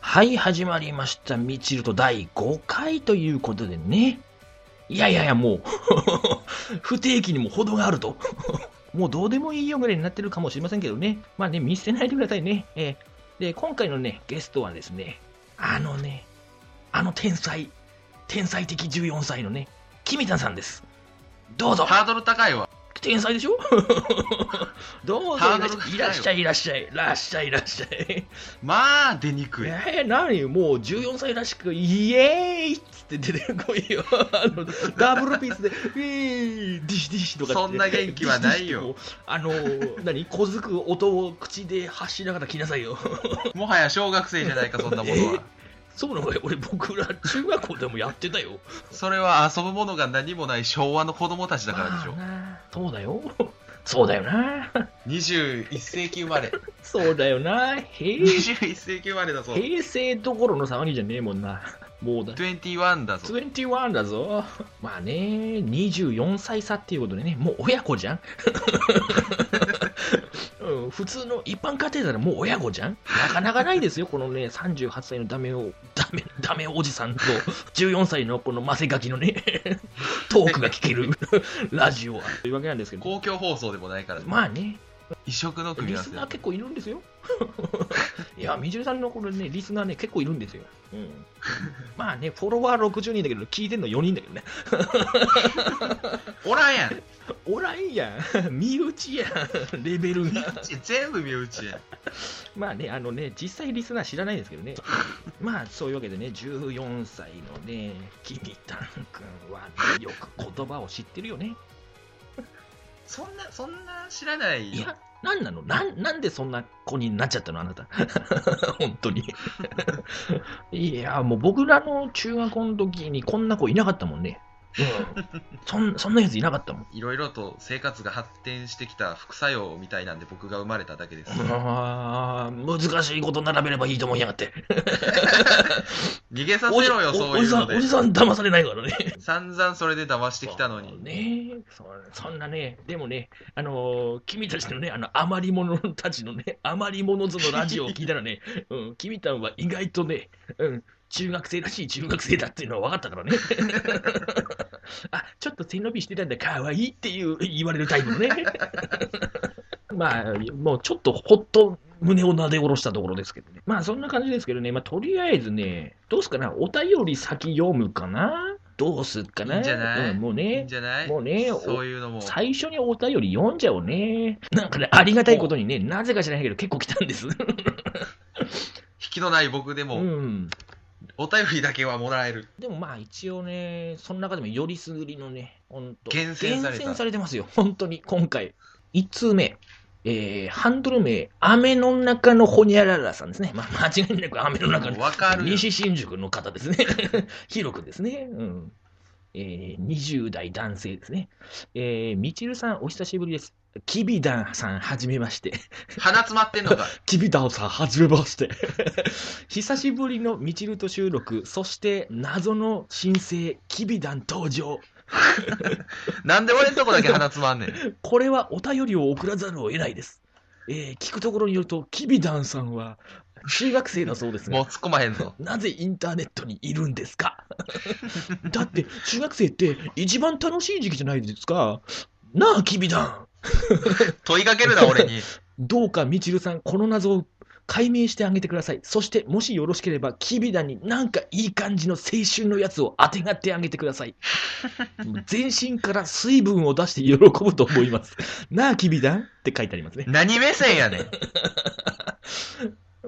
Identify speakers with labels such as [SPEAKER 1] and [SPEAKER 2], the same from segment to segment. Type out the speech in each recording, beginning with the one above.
[SPEAKER 1] はい、始まりました。みちると第5回ということでね。いやいやいや、もう 不定期にも程があると もうどうでもいいよぐらいになってるかもしれませんけどね。まあね、見捨てないでくださいね。えー、で、今回のね、ゲストはですね、あのね、あの天才、天才的14歳のね、キミタさんです。どうぞ。
[SPEAKER 2] ハードル高いわ。
[SPEAKER 1] 天才でしょ どうぞいらっしゃいいらっしゃいいらっしゃいいらっしゃい
[SPEAKER 2] まあ出にくい
[SPEAKER 1] えー、何もう14歳らしくイエーイっつって出てこいよあのダブルピースでイエーイディシディシとか
[SPEAKER 2] そんな元気はないよ
[SPEAKER 1] あの何小づく音を口で発しながら来なさいよ
[SPEAKER 2] もはや小学生じゃないかそんなものは、えー
[SPEAKER 1] そうなのよ俺僕ら中学校でもやってたよ
[SPEAKER 2] それは遊ぶものが何もない昭和の子供たちだからでしょ、ま
[SPEAKER 1] あ、そうだよそうだよな
[SPEAKER 2] 21世紀生まれ
[SPEAKER 1] そうだよな
[SPEAKER 2] 平21世紀生まれだぞ
[SPEAKER 1] 平成どころの騒ぎじゃねえもんなもうだ
[SPEAKER 2] 21だぞ
[SPEAKER 1] 21だぞ まあね24歳差っていうことでねもう親子じゃん うん、普通の一般家庭ならもう親子じゃんなかなかないですよ、このね、38歳のダメを、ダメ、ダメおじさんと、14歳のこのマセガキのね、トークが聞ける ラジオは、というわけなんですけど。
[SPEAKER 2] 公共放送でもないから、ね、
[SPEAKER 1] まあね。
[SPEAKER 2] 異色の組み合わせ。
[SPEAKER 1] リスナー結構いるんですよ。いや、みじるさんのこれね、リスナーね、結構いるんですよ。うん。まあね、フォロワー60人だけど、聞いてんの4人だけどね。
[SPEAKER 2] おらんやん。
[SPEAKER 1] おらんやん。 身内やん。レベルが。
[SPEAKER 2] 全部身内やん。
[SPEAKER 1] まあね、あのね、実際リスナー知らないですけど ね。まあ、そういうわけでね、14歳のね、きみたんくんは、ね、よく言葉を知ってるよね。
[SPEAKER 2] そんな、そんな知らない
[SPEAKER 1] いや、なんなのなん、なんでそんな子になっちゃったのあ なた。本 当に。いや、もう僕らの中学の時にこんな子いなかったもんね。うん、そんそんなやついなかったもん
[SPEAKER 2] いろいろと生活が発展してきた副作用みたいなんで僕が生まれただけです
[SPEAKER 1] あ難しいこと並べればいいと思いやがって
[SPEAKER 2] 逃げさせろよそういう
[SPEAKER 1] のでおじさん騙されないからね
[SPEAKER 2] 散々それで騙してきたのに
[SPEAKER 1] ねそそんなねでもねあのー、君たちのねあの余り者たちのね余り者図のラジオを聞いたらね、 うん、君たんは意外とね、うん、中学生らしい中学生だっていうのは分かったからね あ、ちょっと背伸びしてたんだ、かわいいっていう言われるタイプのね まあ、もうちょっとほっと胸をなで下ろしたところですけどね。まあそんな感じですけどね、まあとりあえずね、どうすかな、お便り先読むかなどうすっかな。
[SPEAKER 2] いいんじゃない、
[SPEAKER 1] うん、もうね。
[SPEAKER 2] いいんじゃない
[SPEAKER 1] もうね。
[SPEAKER 2] そういうのも。
[SPEAKER 1] 最初にお便り読んじゃおうね。なんかね、ありがたいことにね、なぜか知らないけど結構来たんです。引
[SPEAKER 2] きのない僕でも、うん、お便りだけはもらえる。
[SPEAKER 1] でもまあ一応ね、その中でもよりすぐりのね、本当
[SPEAKER 2] 厳選
[SPEAKER 1] 厳選されてますよ、本当に、今回。1通目、えー、ハンドル名、雨の中のホニャララさんですね。まあ、間違いなく雨の中の、西新宿の方ですね。 ヒロ君ですね。うんえー、20代男性ですね。えー、みちるさん、お久しぶりです。きびだんさん、はじめまして。
[SPEAKER 2] 鼻詰まってんのか。
[SPEAKER 1] きびだんさん、はじめまして。 久しぶりのみちると収録、そして謎の新星、きびだん登場。
[SPEAKER 2] なんで俺んとこだけ鼻詰まん ねん。
[SPEAKER 1] これはお便りを送らざるを得ないです。えー、聞くところによると、きびだんさんは、中学生だそうです
[SPEAKER 2] もう突っ込まへんぞ。
[SPEAKER 1] なぜインターネットにいるんですか だって、中学生って一番楽しい時期じゃないですか。なあ、君だ。
[SPEAKER 2] 問いか けるな、俺に。
[SPEAKER 1] どうか、みちるさん、この謎を解明してあげてください。そして、もしよろしければ、きびだになんかいい感じの青春のやつをあてがってあげてくだ さい。全身から水分を出して喜ぶと思います。なあ、きびだって書いてありますね。
[SPEAKER 2] 何目線やねん。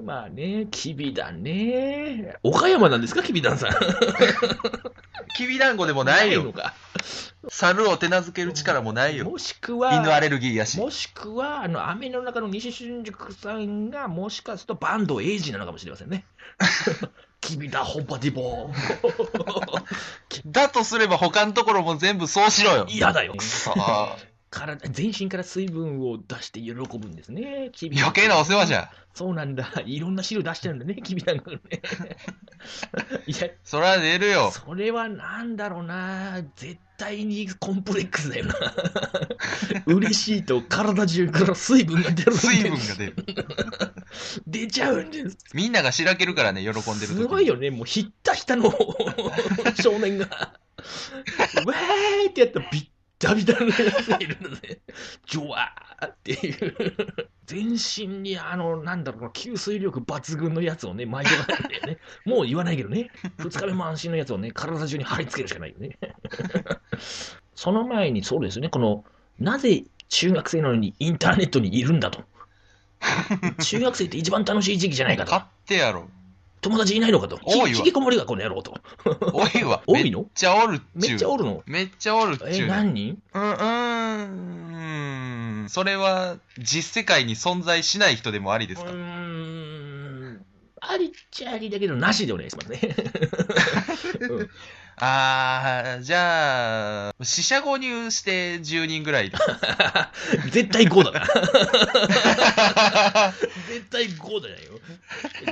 [SPEAKER 1] まあね、きびだね。岡山なんですか、きびだんさん。
[SPEAKER 2] きびだんごでもないよ。ない猿を手なずける力もないよ。
[SPEAKER 1] もしくは、
[SPEAKER 2] 犬アレルギーやし。
[SPEAKER 1] もしくは、あの、雨の中の西新宿さんが、もしかすると坂東エイジなのかもしれません ね。きびだ、ホンパディボー。
[SPEAKER 2] だとすれば、他のところも全部そうしろよ。
[SPEAKER 1] 嫌だよ。
[SPEAKER 2] くそ
[SPEAKER 1] から全身から水分を出して喜ぶんですね。
[SPEAKER 2] 君余計なお世話じゃん。
[SPEAKER 1] そうなんだ。いろんな汁出してるんだね、君なん かね。
[SPEAKER 2] いや、それは出るよ。
[SPEAKER 1] それはなんだろうな。絶対にコンプレックスだ よな。嬉しいと体中から水分が出る。
[SPEAKER 2] 水分が出る。
[SPEAKER 1] 出ちゃうんです。
[SPEAKER 2] みんながしらけるからね、喜んでる時
[SPEAKER 1] すごいよね、もうひったひたの 少年が、わーいってやったらビッタビタのやつがいるんだね。ジョワーっていう。全身にあの、なんだろうな、吸水力抜群のやつをね、毎度があるんだよね。もう言わないけどね、二日目満身のやつをね、体中に貼り付けるしかないよね。その前にそうですね、この、なぜ中学生なのにインターネットにいるんだと。中学生って一番楽しい時期じゃないかと。
[SPEAKER 2] 勝手やろ。
[SPEAKER 1] 友達いないのかと。
[SPEAKER 2] 多いわ
[SPEAKER 1] ひ引きこもりがこの野郎と。
[SPEAKER 2] 多いわ。
[SPEAKER 1] 多いの
[SPEAKER 2] めっちゃおるっちゅ
[SPEAKER 1] め
[SPEAKER 2] う。
[SPEAKER 1] っちゃおるの。
[SPEAKER 2] めっちゃおるっちゅう。
[SPEAKER 1] え、何人
[SPEAKER 2] うん、うーん。それは、実世界に存在しない人でもあり
[SPEAKER 1] う
[SPEAKER 2] ですか、
[SPEAKER 1] ーん。ありっちゃありだけど、なしでお願いしますね。 うん
[SPEAKER 2] あー、じゃあ、死者購入して10人ぐらいです。
[SPEAKER 1] 絶対5だな。 絶対5だよ。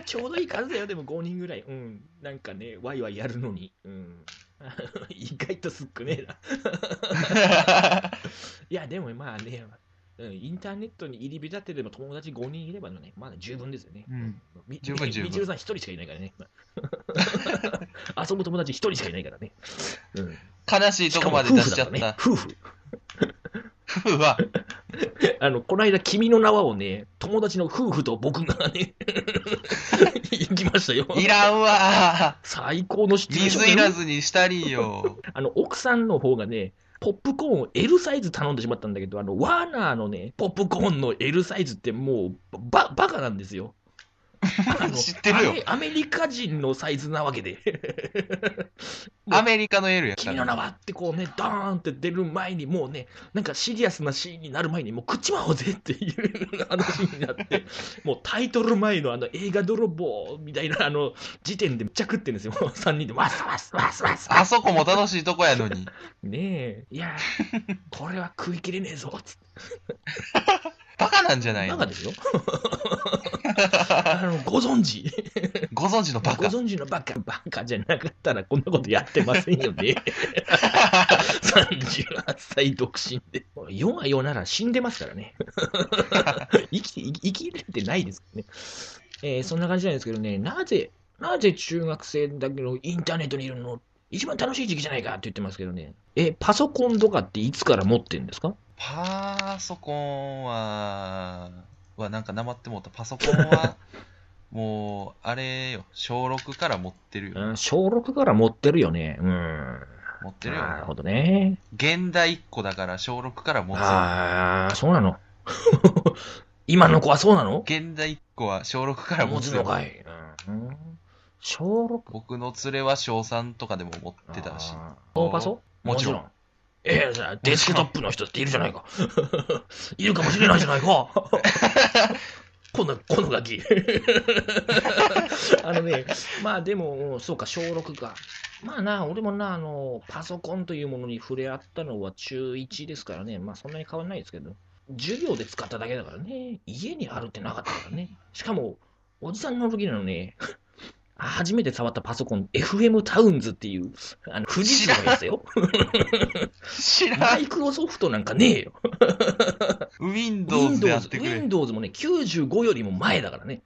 [SPEAKER 1] ちょうどいい数だよ、でも5人ぐらい。うん。なんかね、ワイワイやるのに。うん。 意外とすっくねえな。いや、でもまあね、うんインターネットに入り浸ってでも友達5人いればね、まだ十分ですよね。
[SPEAKER 2] うん
[SPEAKER 1] み
[SPEAKER 2] 十分十分
[SPEAKER 1] みちるさん1人しかいないからね。 遊ぶ友達1人しかいないからね。うん、
[SPEAKER 2] 悲しいとこまで出しちゃっ
[SPEAKER 1] しかも
[SPEAKER 2] た。
[SPEAKER 1] 夫婦だからね。夫婦。
[SPEAKER 2] ふうは、
[SPEAKER 1] あの、この間、君の名はをね、友達の夫婦と僕が ね、行きましたよ。
[SPEAKER 2] いらんわ
[SPEAKER 1] 最高のシチュエーション
[SPEAKER 2] 水いらずにしたりよ。
[SPEAKER 1] あの、奥さんの方がね、ポップコーンを L サイズ頼んでしまったんだけど、あの、ワーナーのね、ポップコーンの L サイズってもう、ば、バカなんですよ。 あの
[SPEAKER 2] 知ってるよ
[SPEAKER 1] アメアメリカ人のサイズなわけで。
[SPEAKER 2] アメリカの L やか
[SPEAKER 1] 君の名
[SPEAKER 2] ら。
[SPEAKER 1] はってこうね、ドーンって出る前に、もうね、なんかシリアスなシーンになる前に、もう食っちまおうぜっていう話になっ て、もうタイトル前のあの映画泥棒みたいなあの時点でめっちゃ食ってんですよ、3人で、わすわすわすわす
[SPEAKER 2] あそこも楽しいとこやのに。
[SPEAKER 1] ねえ、いやー、これは食いきれねえぞつって、
[SPEAKER 2] バカなんじゃない
[SPEAKER 1] バ
[SPEAKER 2] の
[SPEAKER 1] カですよ。あのご存知、
[SPEAKER 2] ご存知のバ
[SPEAKER 1] ご
[SPEAKER 2] カ。
[SPEAKER 1] 存知のバカ、バカじゃなかったらこんなことやってませ んよね。38歳独身で。世は世なら死んでますから ね。生きて、生き生きれてないですからね。えーそんな感じなんですけどね、なぜ、なぜ中学生だけどインターネットにいるの一番楽しい時期じゃないかって言ってますけどね。え、パソコンとかっていつから持ってるんですか
[SPEAKER 2] パソコンは、はなんかなまってもうた。パソコ ンは、もう、あれよ、小6から持ってるよ。
[SPEAKER 1] うん、小6から持ってるよね。うん。
[SPEAKER 2] 持ってるよ。
[SPEAKER 1] なるほどね。
[SPEAKER 2] 現代1個だから小6から持つよ。
[SPEAKER 1] ああ、そうなの。 今の子はそうなの
[SPEAKER 2] 現代1個は小6から持
[SPEAKER 1] 持
[SPEAKER 2] つ
[SPEAKER 1] つ
[SPEAKER 2] よ
[SPEAKER 1] の。かい。うん、小6
[SPEAKER 2] 僕の連れは小3とかでも持ってたし。
[SPEAKER 1] あーノーパソ
[SPEAKER 2] もちろん。
[SPEAKER 1] ええじゃあデスクトップの人っているじゃないか。いるかもしれないじゃないか。 この、このガキ。 あのね、まあでも、そうか、小6か。まあな、俺もな、あの、パソコンというものに触れ合ったのは中1ですからね、まあそんなに変わらないですけど、授業で使っただけだからね、家にあるってなかったからね。しかも、おじさんの時なのね、初めて触ったパソコン、FM タウンズっていう、あの、富士通のやつだよ。
[SPEAKER 2] 知ら
[SPEAKER 1] マ
[SPEAKER 2] ん
[SPEAKER 1] イクロソフトなんかねえよ。
[SPEAKER 2] !Windows でやっ
[SPEAKER 1] Windows、
[SPEAKER 2] てくれ。
[SPEAKER 1] Windows もね、95よりも前だからね。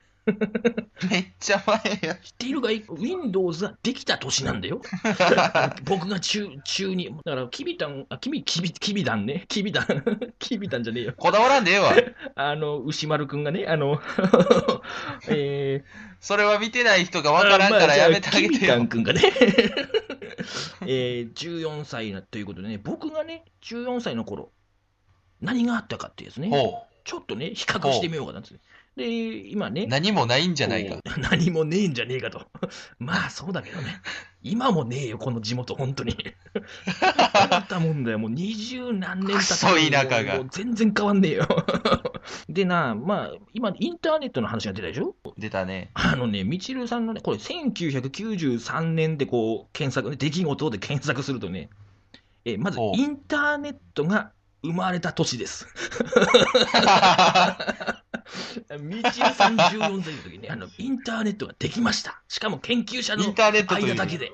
[SPEAKER 2] めっちゃ前や。
[SPEAKER 1] 知っているがいい、Windows ができた年なんだ よ。僕が中、中に。だから、キビタン、あ、キビ、キビ、キビダンね。キビダン、 キビダンじゃねえよ。
[SPEAKER 2] こだわらんでええわ。
[SPEAKER 1] あの、牛丸くんがね、あの、 えー、
[SPEAKER 2] それは見てない人がわからんからやめてあげ
[SPEAKER 1] まじゃキビ
[SPEAKER 2] て
[SPEAKER 1] タン
[SPEAKER 2] よ。
[SPEAKER 1] 君がね、 えー、14歳なということでね、僕がね、14歳の頃、何があったかっていうですね、
[SPEAKER 2] ほ
[SPEAKER 1] ちょっとね、比較してみようかなんですね。で、今ね
[SPEAKER 2] う。、何もないんじゃないか
[SPEAKER 1] こ。う何もねえんじゃ ねえかと。 まあそうだけどね。今もねえよ、この地元、本当に。あったもんだよ、もう二十何年経
[SPEAKER 2] ク
[SPEAKER 1] っ
[SPEAKER 2] ソ
[SPEAKER 1] て
[SPEAKER 2] 田舎が
[SPEAKER 1] もう全然変わんねえよ。 でな、まあ、今、インターネットの話が出たでしょ
[SPEAKER 2] 出 たね。
[SPEAKER 1] あのね、みちるさんのね、これ、1993年でこう、検索、出来事で検索するとね、えーまず
[SPEAKER 2] お、う
[SPEAKER 1] インターネットが生まれた年です。 みちるさん14歳の時に、あの、インターネットができました。しかも研究者
[SPEAKER 2] イン
[SPEAKER 1] の
[SPEAKER 2] ターネットとい
[SPEAKER 1] 間だけ
[SPEAKER 2] う
[SPEAKER 1] で。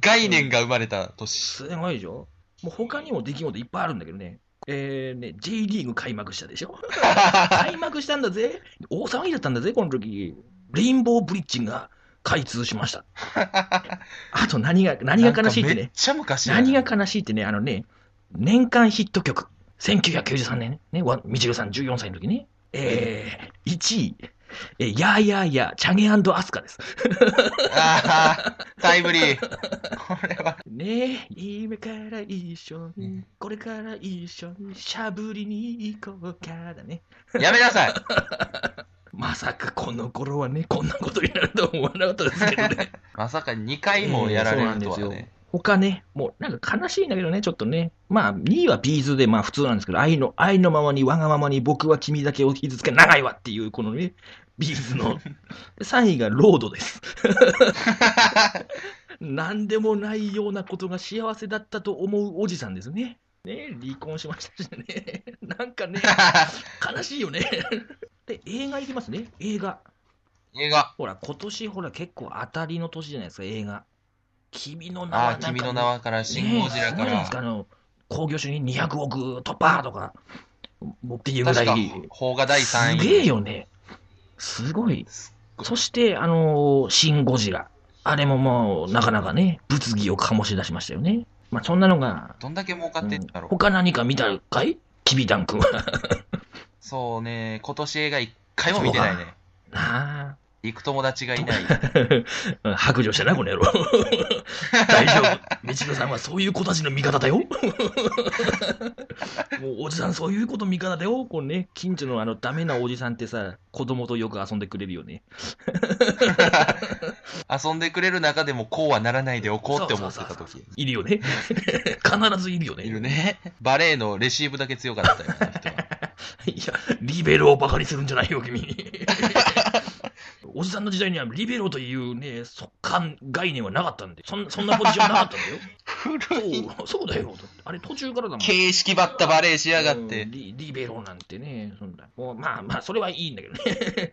[SPEAKER 2] 概念が生まれた年。
[SPEAKER 1] すごいでしょもう他にも出来事いっぱいあるんだけどね、えーね、J リーグ開幕したでし ょ開幕したんだぜ大騒ぎだったんだぜ、この時。レインボーブリッジが開通しま した。あと何が、何が悲しいって
[SPEAKER 2] なんかめ
[SPEAKER 1] ね
[SPEAKER 2] っ。ちゃ昔やな
[SPEAKER 1] 何が悲しいってね、あのね、年間ヒット曲、1993年ね、ねわみちるさん14歳の時ね、えー、1位、えー、やーやーやー、チャゲアスカです。
[SPEAKER 2] あータイムリー。これは。
[SPEAKER 1] ねえ、今から一緒に、これから一緒に、しゃぶりに行こうかだね。
[SPEAKER 2] やめなさい。
[SPEAKER 1] まさかこの頃はね、こんなことになるとは思わなかったですけどね。
[SPEAKER 2] まさか2回もやられると
[SPEAKER 1] え
[SPEAKER 2] は
[SPEAKER 1] えそうなんです
[SPEAKER 2] ね。
[SPEAKER 1] 他ね、もうなんか悲しいんだけどね、ちょっとね。まあ、2位はビーズで、まあ普通なんですけど、愛の、愛のままに、わがままに、僕は君だけを傷つけ、長いわっていう、このね、ビーズ の。で3位がロードです。 何でもないようなことが幸せだったと思うおじさんですね。ね、離婚しましたしね。 なんかね、悲しいよね。で、映画いきますね、映画。
[SPEAKER 2] 映画。
[SPEAKER 1] ほら、今年、ほら、結構当たりの年じゃないですか、映画。君の名は
[SPEAKER 2] ああ、君の名
[SPEAKER 1] は
[SPEAKER 2] はから、シン・ゴジラ
[SPEAKER 1] ねえすごいじゃ
[SPEAKER 2] か。
[SPEAKER 1] ないですからあの興行収入200億突破とか、もうっていうぐら
[SPEAKER 2] 確
[SPEAKER 1] い
[SPEAKER 2] か、、邦画第3位。
[SPEAKER 1] すげえよね。すごい。
[SPEAKER 2] ごい
[SPEAKER 1] そして、あのーシン・ゴジラ。あれももう、なかなかね、物議を醸し出しましたよね。まあ、そんなのが、
[SPEAKER 2] どんだけ儲かってんだ
[SPEAKER 1] うん
[SPEAKER 2] ろう。
[SPEAKER 1] 他何か見たかいきびだんくんは。
[SPEAKER 2] そうね、今年映画1回も見てない
[SPEAKER 1] そう
[SPEAKER 2] ね。
[SPEAKER 1] な
[SPEAKER 2] 行く友達がいない。
[SPEAKER 1] あ。白状したな、この野 郎。大丈夫。道野さんはそういう子たちの味方だよ。もう おじさん、そういうこと味方だよ。こうね、近所のあのダメなおじさんってさ、子供とよく遊んでくれるよね。
[SPEAKER 2] 遊んでくれる中でもこうはならないでおこうって思ってた
[SPEAKER 1] そうそうそう
[SPEAKER 2] 時
[SPEAKER 1] そう。いるよ ね。必ずいるよね。
[SPEAKER 2] いるね。バレーのレシーブだけ強かったよ、あの人は。
[SPEAKER 1] いや、リベロをバカにするんじゃないよ、 君。おじさんの時代にはリベロというね、速乾概念はなかったんで、そんそんなポジションなかったんだよ。
[SPEAKER 2] 古い。
[SPEAKER 1] そうそうだよ。あれ途中からだもん。
[SPEAKER 2] 形式ばったバレーしやがっ
[SPEAKER 1] うん
[SPEAKER 2] て。
[SPEAKER 1] リリベロなんてね、そんな。もうまあまあ、それはいいんだけど ね。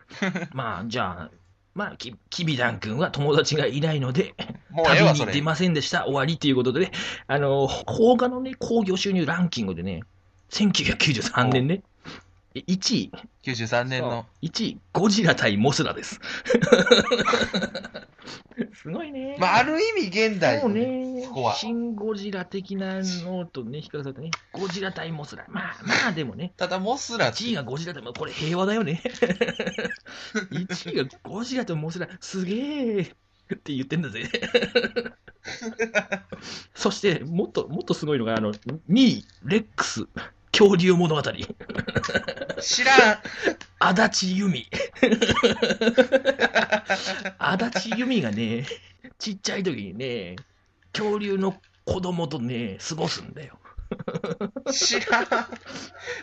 [SPEAKER 1] まあ、じゃあ、まあ、ききびだんくんは友達がいないので、
[SPEAKER 2] もうええわ、
[SPEAKER 1] 旅
[SPEAKER 2] そ
[SPEAKER 1] に
[SPEAKER 2] れ
[SPEAKER 1] 出。ませんでした、終わりということでね、あの、邦画のね、興行収入ランキングでね、1993年ね、1位、
[SPEAKER 2] 93年の。
[SPEAKER 1] 1位、ゴジラ対モスラです。 すごいね。
[SPEAKER 2] まあ、ある意味現代。
[SPEAKER 1] そうね
[SPEAKER 2] ここは、
[SPEAKER 1] シン・ゴジラ的なのとね、比較されてね、ゴジラ対モスラ。まあまあ、でもね、
[SPEAKER 2] ただ、モスラって
[SPEAKER 1] 1位がゴジラ対モスラ、これ平和だよね。1位がゴジラとモスラ、すげえって言ってんだぜ。そして、もっと、もっとすごいのが、あの、2位、レックス、恐竜物語、
[SPEAKER 2] 知らん。
[SPEAKER 1] 足立由美。足立由美がね、ちっちゃい時にね、恐竜の子供とね、過ごすんだよ。
[SPEAKER 2] 知らん。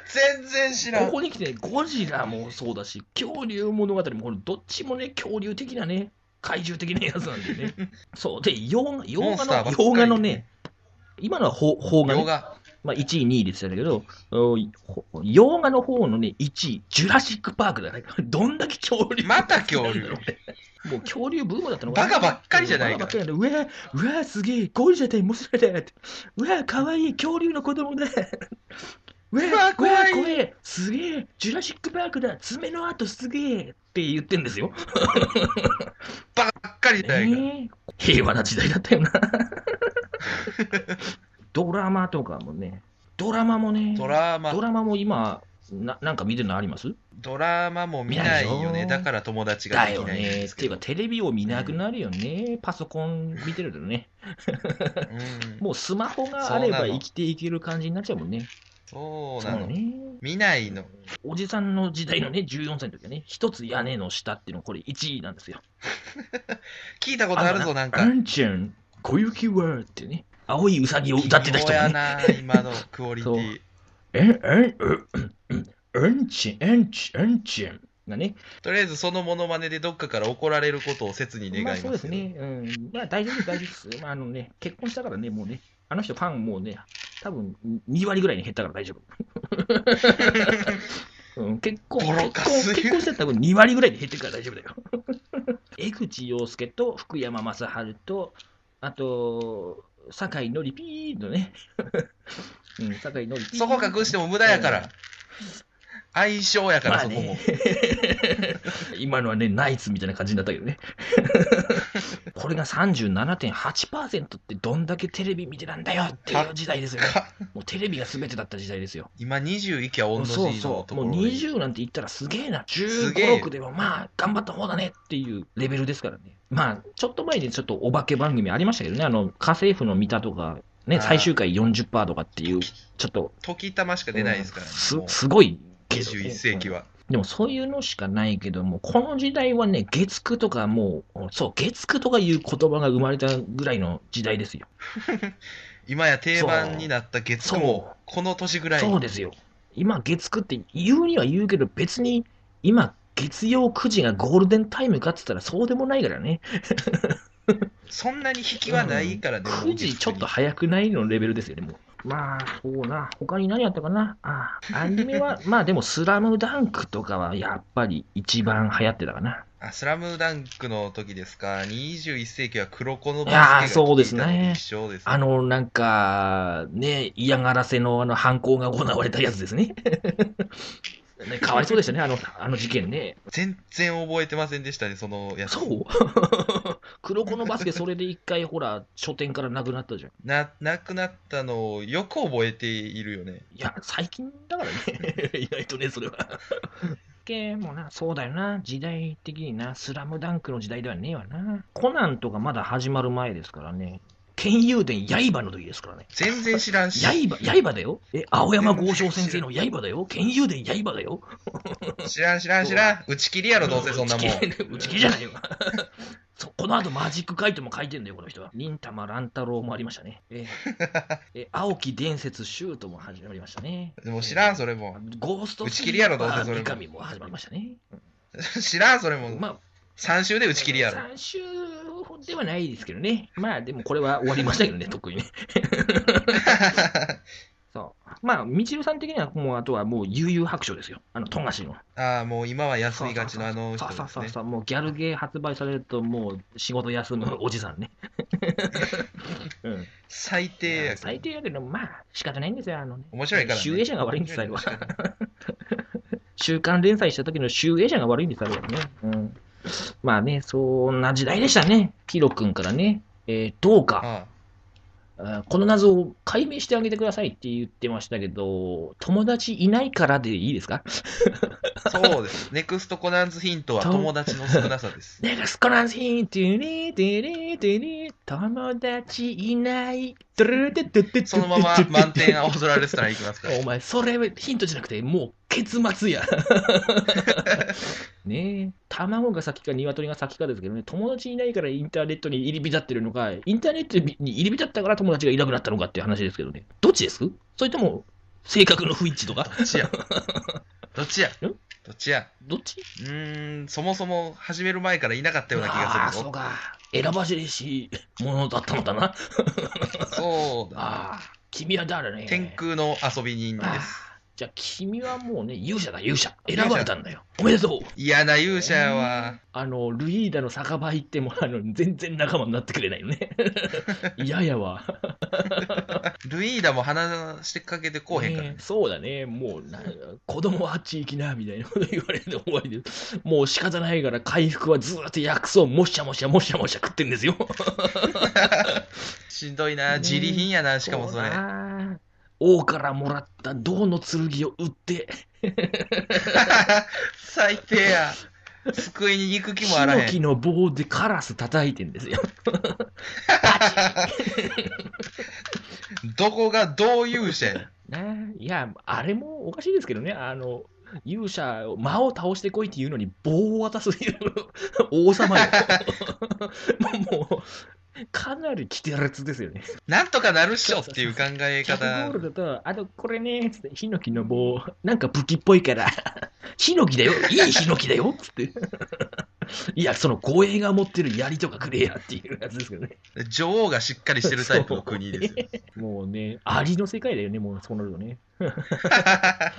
[SPEAKER 2] 全然知ら
[SPEAKER 1] こ
[SPEAKER 2] ん。
[SPEAKER 1] こに来て、ね、ゴジラもそうだし、恐竜物語も、これどっちもね、恐竜的なね、怪獣的なやつなんで ね。そう、で、洋洋
[SPEAKER 2] モン
[SPEAKER 1] 画
[SPEAKER 2] スター
[SPEAKER 1] の
[SPEAKER 2] ばっかり
[SPEAKER 1] 洋画のね、今のは邦邦画、
[SPEAKER 2] 洋
[SPEAKER 1] ね
[SPEAKER 2] 画。
[SPEAKER 1] まあ、1位、2位でしたけど、おほ洋画の方のね、1位、ジュラシック・パークだね。 どんだけ恐竜
[SPEAKER 2] また恐竜。
[SPEAKER 1] もう恐竜ブームだったのかな
[SPEAKER 2] バカばっかりじゃないか
[SPEAKER 1] バカばっかりだねうわ、うわ、すげえ、ゴリラ対モスラだって。うわ、かわいい、恐竜の子供だ。 うわ、
[SPEAKER 2] うわ怖い
[SPEAKER 1] 怖え、すげえ、ジュラシック・パークだ、爪の跡すげえって言ってんですよ。
[SPEAKER 2] ばっかりじゃないか。
[SPEAKER 1] ねえ平和な時代だったよな。 ドラマとかもね、ドラマもね、
[SPEAKER 2] ドラマ
[SPEAKER 1] ド。ラマも今、ななんか見てるのあります
[SPEAKER 2] ドラマも見ないよね。
[SPEAKER 1] 見ないよ
[SPEAKER 2] だから友達が
[SPEAKER 1] だ
[SPEAKER 2] でき
[SPEAKER 1] よ
[SPEAKER 2] ないん
[SPEAKER 1] ね。
[SPEAKER 2] で
[SPEAKER 1] っ
[SPEAKER 2] す
[SPEAKER 1] てい
[SPEAKER 2] け
[SPEAKER 1] う
[SPEAKER 2] ど。
[SPEAKER 1] か、テレビを見なくなるよね。パソコン見てるとね。
[SPEAKER 2] うん
[SPEAKER 1] もうスマホがあれ
[SPEAKER 2] そ
[SPEAKER 1] ば
[SPEAKER 2] うなの
[SPEAKER 1] 生きていける感じになっちゃうもんね。
[SPEAKER 2] そう
[SPEAKER 1] そう
[SPEAKER 2] なの。
[SPEAKER 1] ね。
[SPEAKER 2] 見ないの。
[SPEAKER 1] おじさんの時代のね、14歳の時はね、一つ屋根の下っていうの、これ1位なんですよ。
[SPEAKER 2] 聞いたことあるぞ、なん
[SPEAKER 1] あ
[SPEAKER 2] か。
[SPEAKER 1] んちゃん、小雪はってね、青いうさぎを歌ってた人
[SPEAKER 2] 微妙
[SPEAKER 1] が
[SPEAKER 2] や
[SPEAKER 1] ね、
[SPEAKER 2] な、今のクオリテ
[SPEAKER 1] そう
[SPEAKER 2] ィ。
[SPEAKER 1] えん、えん、えん、えんちん、えんちん、えんちんがね、
[SPEAKER 2] とりあえずそのモノマネでどっかから怒られることを切に願い
[SPEAKER 1] ま
[SPEAKER 2] ま
[SPEAKER 1] あ
[SPEAKER 2] すけ
[SPEAKER 1] そ
[SPEAKER 2] ど
[SPEAKER 1] うですね、うん、まあ大丈夫です、大丈夫です。まああのね、結婚したからね、もうね、あの人ファンもうね、多分2割ぐらいに減ったから大丈夫。 うん、結婚
[SPEAKER 2] ボロ
[SPEAKER 1] 結
[SPEAKER 2] カ
[SPEAKER 1] 婚
[SPEAKER 2] ス
[SPEAKER 1] 結婚したら多分2割ぐらいに減ってるから大丈夫だよ。江口洋介と福山雅治と、あと、酒井のりピーのね。うん、酒井のりピー。
[SPEAKER 2] そこ隠しても無駄やから。相性やから、そこも。
[SPEAKER 1] 今のはね、ナイツみたいな感じになったけどね。 これが37.8%ってどんだけテレビ見てなんだよっていう時代ですよね。
[SPEAKER 2] か
[SPEAKER 1] もうテレビが全てだった時代ですよ。
[SPEAKER 2] 今20いきゃ同じ
[SPEAKER 1] そう
[SPEAKER 2] の
[SPEAKER 1] そ
[SPEAKER 2] と
[SPEAKER 1] う。
[SPEAKER 2] こ
[SPEAKER 1] も
[SPEAKER 2] ろ
[SPEAKER 1] う
[SPEAKER 2] に
[SPEAKER 1] 20なんて言ったらすげえな。
[SPEAKER 2] すげえ
[SPEAKER 1] 15、6でもまあ頑張った方だねっていうレベルですからね。まあ、ちょっと前にちょっとお化け番組ありましたけどね。あの、家政婦の見たとか、ね、
[SPEAKER 2] あー
[SPEAKER 1] 最終回40%とかっていう、ちょっと、
[SPEAKER 2] 時たましか出ないですからね。
[SPEAKER 1] す
[SPEAKER 2] もう
[SPEAKER 1] すごいけどね
[SPEAKER 2] 21世紀は。
[SPEAKER 1] でもそういうのしかないけども、この時代はね、月9とかもう、そう、月9とかいう言葉が生まれたぐらいの時代ですよ。
[SPEAKER 2] 今や定番になった月9
[SPEAKER 1] そ
[SPEAKER 2] も
[SPEAKER 1] う、
[SPEAKER 2] この年ぐらい
[SPEAKER 1] そうですよ。今、月9って言うには言うけど、別に今、月曜9時がゴールデンタイムかっつったらそうでもないからね。
[SPEAKER 2] そんなに引きはないからね、もう
[SPEAKER 1] 9時ちょっと早くないのレベルですよね、もう。まあ、そうな。他に何やったかな。ああ、アニメは、 まあでも、スラムダンクとかはやっぱり一番流行ってたかな。
[SPEAKER 2] あ、スラムダンクの時ですか、21世紀は黒子の
[SPEAKER 1] あ
[SPEAKER 2] バ
[SPEAKER 1] ー
[SPEAKER 2] スケが
[SPEAKER 1] そう
[SPEAKER 2] 来
[SPEAKER 1] で
[SPEAKER 2] て
[SPEAKER 1] す
[SPEAKER 2] い
[SPEAKER 1] ね
[SPEAKER 2] たのと一緒ですね
[SPEAKER 1] あの、なんか、ね、嫌がらせのあの犯行が行われたやつですね。 ねかわいそうでしたね、あの、あの事件ね。
[SPEAKER 2] 全然覚えてませんでしたね、そのやつ。
[SPEAKER 1] そう 黒子のバスケ、それで一回、ほら、書店からなくなったじゃん。
[SPEAKER 2] な、なくなったのをよく覚えているよね。
[SPEAKER 1] いや、最近だからね。 意外とね、それは。けもな、そうだよな。時代的にな、スラムダンクの時代ではねえわな。コナンとかまだ始まる前ですからね。剣友伝刃の時ですからね。
[SPEAKER 2] 全然知らんし、
[SPEAKER 1] 刃、刃だよ。え、青山豪昌先生の刃だよ。剣友伝刃だよ。
[SPEAKER 2] 知らん知らん知らん、打ち切りやろ、どうせそんなもん。
[SPEAKER 1] 打ち切り打ち切りじゃないよ。 そうこの後マジック書いても書いてんだよ、この人は。忍たま乱太郎もありましたね。えええ青木伝説シュートも始まりましたね。
[SPEAKER 2] でも知らん、そ
[SPEAKER 1] れ。
[SPEAKER 2] れも。
[SPEAKER 1] ゴースト
[SPEAKER 2] 打ち切りやろどうせそれ
[SPEAKER 1] 三
[SPEAKER 2] も
[SPEAKER 1] 上も始まりましたね。
[SPEAKER 2] 知らん、それも。
[SPEAKER 1] まあ、
[SPEAKER 2] 3週で打ち切りやろ。
[SPEAKER 1] 3週ではないですけどね。まあ、でもこれは終わりましたけどね、特にね。そう。まあ、みちるさん的には、もう、あとはもう、悠々白書ですよ。あの、富樫の。
[SPEAKER 2] ああ、もう今は休みがちのあの人
[SPEAKER 1] そうそう
[SPEAKER 2] です
[SPEAKER 1] そう
[SPEAKER 2] ね。
[SPEAKER 1] そう、もうギャルゲー発売されると、もう仕事休むおじさ んね。うん、
[SPEAKER 2] 最低やけど
[SPEAKER 1] 最低やけど、まあ、仕方ないんですよ、あのね。
[SPEAKER 2] 面白いからね。
[SPEAKER 1] 集英社が悪いんです、あれは
[SPEAKER 2] 面。白いから
[SPEAKER 1] 週刊連載した時の集英社が悪いんです、あれはね。うん、まあね、そんな時代でしたね、ピロ君からね。えーどうか、
[SPEAKER 2] ああ
[SPEAKER 1] あこの謎を解明してあげてくださいって言ってましたけど、友達いないからでいいですか
[SPEAKER 2] そうです。 ネクストコナンズヒントは友達の少なさです。
[SPEAKER 1] ネクスコナンヒントゥリートゥリートゥリー友達いないトゥルルルルルル
[SPEAKER 2] そのまま満点青空レストラン行きますから。
[SPEAKER 1] お前それヒントじゃなくてもう結末 やねえ卵が先か鶏が先かですけどね友達いないからインターネットに入り浸ってるのかインターネットに入り浸ったから友達がいなくなったのかっていう話ですけどねどっちですそれとも性格の不一致とか
[SPEAKER 2] どっちやどっちや
[SPEAKER 1] ん
[SPEAKER 2] どっちや
[SPEAKER 1] どっち
[SPEAKER 2] うーん、そもそも始める前からいなかったような気
[SPEAKER 1] あ
[SPEAKER 2] が
[SPEAKER 1] あ
[SPEAKER 2] する
[SPEAKER 1] そう
[SPEAKER 2] ぞ。
[SPEAKER 1] か選ばしれしものだったのだな
[SPEAKER 2] そうだ。
[SPEAKER 1] ああ、君は誰ね。
[SPEAKER 2] 天空の遊び人で
[SPEAKER 1] ああ
[SPEAKER 2] す。
[SPEAKER 1] じゃあ君はもうね、勇者だ、勇者。選ばれたんだよ。おめでとう。
[SPEAKER 2] 嫌な勇者やわ。
[SPEAKER 1] あの、ルイーダの酒場行っても、あの、全然仲間になってくれないよ ね。嫌ややわ。
[SPEAKER 2] ルイーダも話してかけてこうへんから
[SPEAKER 1] ね
[SPEAKER 2] ね。
[SPEAKER 1] そうだね。もうな、子供はあっち行きな、みたいなこと言われて終わりです。もう仕方ないから回復はずーっと薬草をもしゃもしゃもしゃもしゃ食ってんですよ。
[SPEAKER 2] しんどいな。自利品やな、しかもそれ
[SPEAKER 1] う。なー王からもらった銅の剣を売って、
[SPEAKER 2] 最低や。机に行く気もあらへ
[SPEAKER 1] ヒノ
[SPEAKER 2] ん
[SPEAKER 1] キ。の棒でカラス叩いてんですよ。
[SPEAKER 2] どこがどう勇 者や。
[SPEAKER 1] ねいや、あれもおかしいですけどね、あの、勇者、魔を倒してこいっていうのに棒を渡すいう王様よ。もうもう、かなり奇烈ですよね。
[SPEAKER 2] なんとかなるっしょっていう考え
[SPEAKER 1] キャッ
[SPEAKER 2] 方
[SPEAKER 1] トゴー。ルドと、あとこれね、つって、ヒノキの棒、なんか武器っぽいから、ヒノキだよ、いいヒノキだよ、つって。いや、その護衛が持ってる槍とかくれやっていうやつですけどね。
[SPEAKER 2] 女王がしっかりしてるタイプの国ですよ。
[SPEAKER 1] もうね、アリの世界だよね、もうそうなると ね。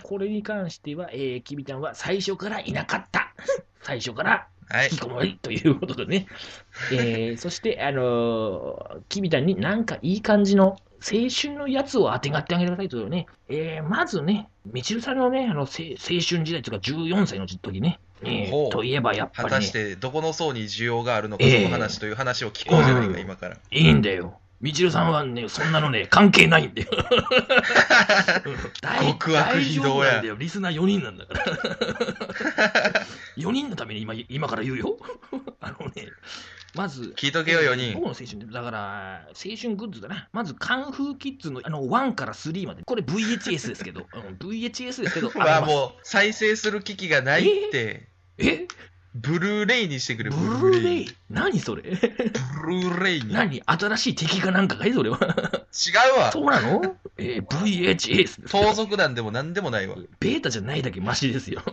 [SPEAKER 1] これに関しては、えー、キビタンは最初からいなかった。最初から
[SPEAKER 2] はい
[SPEAKER 1] 引き。こもりということでね。えー、そして、あのー、君たちになんかいい感じの青春のやつをあてがってあげてくださいというね。えー、まずね、みちるさんのね、あの、せ青春時代というか14歳の時ね。え
[SPEAKER 2] ほ
[SPEAKER 1] ー、
[SPEAKER 2] う
[SPEAKER 1] といえばやっぱ
[SPEAKER 2] 果
[SPEAKER 1] り
[SPEAKER 2] た
[SPEAKER 1] ね
[SPEAKER 2] し、てどこの層に需要があるのか、
[SPEAKER 1] ええ
[SPEAKER 2] その話という話を聞こうじゃないか、
[SPEAKER 1] うん
[SPEAKER 2] 今から。
[SPEAKER 1] いいんだよ。みちるさんはね、そんなのね、関係ないん だよ。うん大
[SPEAKER 2] 極悪非道
[SPEAKER 1] 大丈夫な
[SPEAKER 2] や
[SPEAKER 1] んだよ。リスナー4人なんだから。4人のために今今から言うよ。あのね、まず、
[SPEAKER 2] 聞いとけよ、4人
[SPEAKER 1] 僕。の青春ってだから、青春グッズだな。まず、カンフーキッズのあの1から3まで。これ VHS ですけど、うん、VHS ですけど、
[SPEAKER 2] まあ
[SPEAKER 1] ります
[SPEAKER 2] もう、再生する機器がないって、
[SPEAKER 1] え
[SPEAKER 2] ブルーレイにしてく
[SPEAKER 1] ブ
[SPEAKER 2] れ、
[SPEAKER 1] ル
[SPEAKER 2] ブルー
[SPEAKER 1] ー
[SPEAKER 2] レ
[SPEAKER 1] レ
[SPEAKER 2] イ
[SPEAKER 1] イ。何それ
[SPEAKER 2] ブルーレイに。違
[SPEAKER 1] 何新しい敵かなんかかいそれは。
[SPEAKER 2] うわ
[SPEAKER 1] そ。うなのえー VHS ですけど
[SPEAKER 2] 盗賊団でも何でもないわ。
[SPEAKER 1] ベータじゃないだけマシですよ。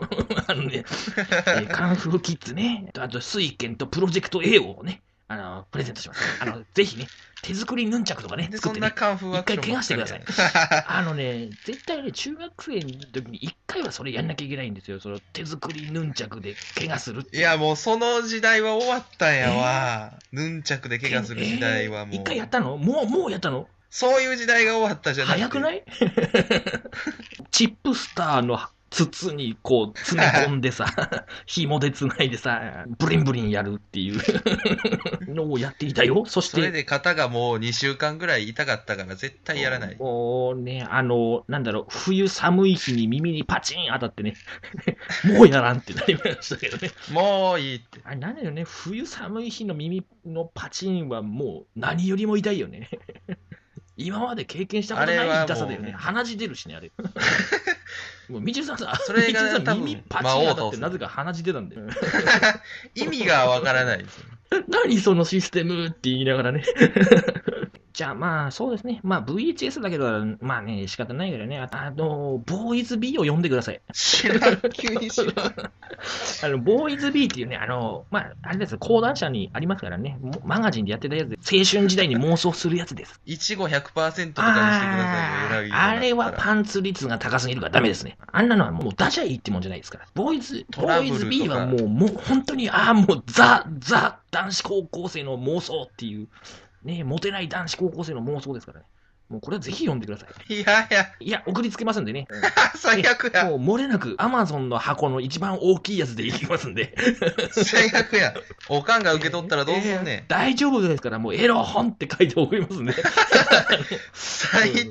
[SPEAKER 1] あの ね、えーカンフーキッズね、あと、水ンとプロジェクト A をね、あの、プレゼントします。あ の、ぜひね、手作りヌンチャクとかね、
[SPEAKER 2] で、
[SPEAKER 1] 作
[SPEAKER 2] そ
[SPEAKER 1] っ
[SPEAKER 2] ん
[SPEAKER 1] て
[SPEAKER 2] な
[SPEAKER 1] ね。
[SPEAKER 2] カンフーアクションばっかり
[SPEAKER 1] 一回
[SPEAKER 2] や
[SPEAKER 1] 怪我してあのね、絶対ね、中学生の時に一回はそれやんなきゃいけないんですよ。その手作りヌンチャクで怪我するってう
[SPEAKER 2] いや、もうその時代は終わったんやわ。ヌンチャクで怪我する時代は
[SPEAKER 1] えー
[SPEAKER 2] もう
[SPEAKER 1] 一、回やったのもう、もうやったの
[SPEAKER 2] そういう時代が終わったじゃない
[SPEAKER 1] 早くない チップスターの筒にこう詰め込んで さ、紐で繋いでさ、ブリンブリンやるっていうのをやっていたよ。そし
[SPEAKER 2] それ
[SPEAKER 1] て、
[SPEAKER 2] で肩がもう2週間ぐらい痛かったから絶対やらない。
[SPEAKER 1] もうね、あの、なんだろう、冬寒い日に耳にパチン当たってね、 もうやらんってなりましたけどね。
[SPEAKER 2] もういいって。
[SPEAKER 1] あれなんだよね、冬寒い日の耳のパチンはもう何よりも痛いよね。 今まで経験したこと
[SPEAKER 2] あ
[SPEAKER 1] な
[SPEAKER 2] れは
[SPEAKER 1] い
[SPEAKER 2] も
[SPEAKER 1] う痛さだよ
[SPEAKER 2] う
[SPEAKER 1] ね。
[SPEAKER 2] ん
[SPEAKER 1] 鼻血出るしね、あ れ。もう、みちるさんさ、
[SPEAKER 2] それ
[SPEAKER 1] みち
[SPEAKER 2] が
[SPEAKER 1] るさん
[SPEAKER 2] 多分
[SPEAKER 1] 耳パチン当たって、
[SPEAKER 2] 魔王倒す
[SPEAKER 1] なぜか鼻血出たんだよ。
[SPEAKER 2] 意味がわからない ですよ。
[SPEAKER 1] 何そのシステムって言いながらね。 じゃあまあそうですね。まあ VHS だけど、まあね、仕方ないからね。ああの、ボーイズ B を呼んでください。
[SPEAKER 2] 知らん、急に知らん。
[SPEAKER 1] あの、ボーイズ B っていうね、あの、まあ、あれです、講談社にありますからね、もマガジンでやってたやつで、青春時代に妄想するやつ です。
[SPEAKER 2] いちご100%とかにしてくだ
[SPEAKER 1] あ
[SPEAKER 2] さい
[SPEAKER 1] ー
[SPEAKER 2] よ、柳
[SPEAKER 1] あれは
[SPEAKER 2] ン
[SPEAKER 1] パンツ率が高すぎるからダメですね。あんなのはもう出しゃいいってもんじゃないですから。ボーイズ、ボ
[SPEAKER 2] トラ
[SPEAKER 1] ー
[SPEAKER 2] ブル
[SPEAKER 1] イ
[SPEAKER 2] とか
[SPEAKER 1] ズ B はもう、もう本当に、ああ、もうザ、ザ、男子高校生の妄想っていう、ね、モテない男子高校生の妄想ですからね。もうこれはぜひ読んでください。
[SPEAKER 2] いやいや、
[SPEAKER 1] いや、送りつけますんでね。
[SPEAKER 2] 最悪や。
[SPEAKER 1] もう漏れなく Amazon の箱の一番大きいやつでいきますんで。
[SPEAKER 2] 最悪や。おかんが受け取ったらどうすん
[SPEAKER 1] えー
[SPEAKER 2] ねん。
[SPEAKER 1] 大丈夫ですから、もうエロ本って書いて送り ますね。
[SPEAKER 2] 最低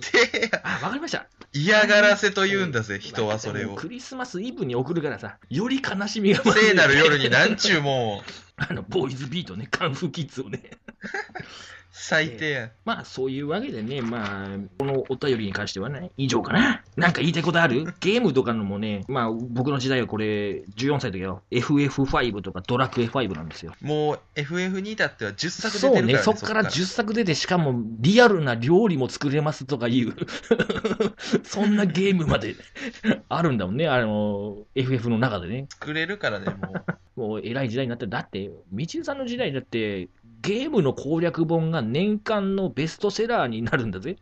[SPEAKER 2] や。
[SPEAKER 1] あ、わかりました。
[SPEAKER 2] 嫌がらせと言うんだぜ、人はそれ
[SPEAKER 1] もう
[SPEAKER 2] を。
[SPEAKER 1] クリスマスイブに送るからさ、より悲しみが増す
[SPEAKER 2] 聖なる夜になんちゅうもんを。
[SPEAKER 1] あの、ボーイズビートね、カンフーキッズをね。
[SPEAKER 2] 最低 や。
[SPEAKER 1] まあ、そういうわけでね、まあ、このお便りに関してはね、以上かな。なんか言いたいことあ るゲームとかのもね、まあ、僕の時代はこれ、14歳だけど、FF5 とかドラクエ5なんですよ。
[SPEAKER 2] もう FF に至っては10作出て
[SPEAKER 1] そ
[SPEAKER 2] る
[SPEAKER 1] う
[SPEAKER 2] から
[SPEAKER 1] ね、そっから10作出て、しかもリアルな料理も作れますとかいう、 そんなゲームまであるんだもんね、あの、FF の中でね。
[SPEAKER 2] 作れるからね、もう。
[SPEAKER 1] もう偉い時代になって、だって、みちるさんの時代だって、ゲームの攻略本が年間のベストセラーになるんだぜ。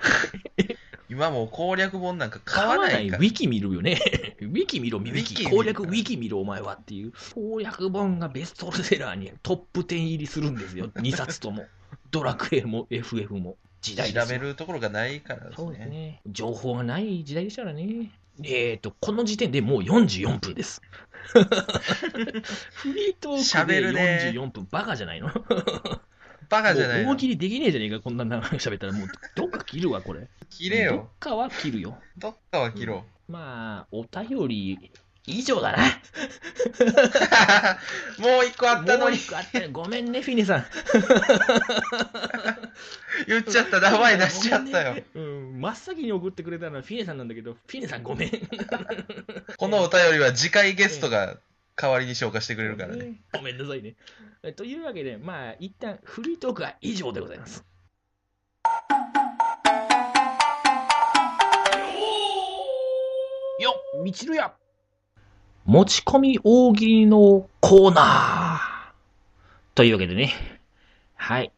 [SPEAKER 2] 今もう攻略本なんか 買わないか
[SPEAKER 1] ウ
[SPEAKER 2] ら。
[SPEAKER 1] ィキ見るよね。 ウィキ見ろ、ウィ
[SPEAKER 2] ウィキ
[SPEAKER 1] キ。
[SPEAKER 2] 見る
[SPEAKER 1] 攻略ウィキ見ろ、お前はっていう。攻略本がベストセラーにトップ10入りするんですよ、2冊とも。ドラクエも FF も。時代ですよ
[SPEAKER 2] 調べるところがないからです
[SPEAKER 1] そうです
[SPEAKER 2] ね。
[SPEAKER 1] ね。情報がない時代でしたからね。えっ、と、この時点でもう44分です。 フリートーク
[SPEAKER 2] 喋る
[SPEAKER 1] で
[SPEAKER 2] ね
[SPEAKER 1] 44分、バカじゃないの
[SPEAKER 2] バカじゃない
[SPEAKER 1] もう
[SPEAKER 2] の
[SPEAKER 1] 大。切りできねえじゃねえか、こんな長く喋ったら、もうどっか切るわ、これ。
[SPEAKER 2] 切れ
[SPEAKER 1] どっ
[SPEAKER 2] よ。
[SPEAKER 1] かは切るよ。
[SPEAKER 2] どっかは切ろ
[SPEAKER 1] まあ、お便り以上だな。
[SPEAKER 2] う。 もう一個あった
[SPEAKER 1] も
[SPEAKER 2] の
[SPEAKER 1] う
[SPEAKER 2] に
[SPEAKER 1] 一個あったよごめんね、フィネさん。
[SPEAKER 2] 言っちゃった。名前出しちゃったよ。
[SPEAKER 1] うん、真っ先に送ってくれたのはフィネさんなんだけど、フィネさんごめん。
[SPEAKER 2] このお便りは次回ゲストが代わりに消化してくれるからね。
[SPEAKER 1] ごめんなさいね。えというわけで、まあ、一旦フリートークは以上でございます。よっ、みちるや持ち込み大喜利のコーナーというわけでね、はい、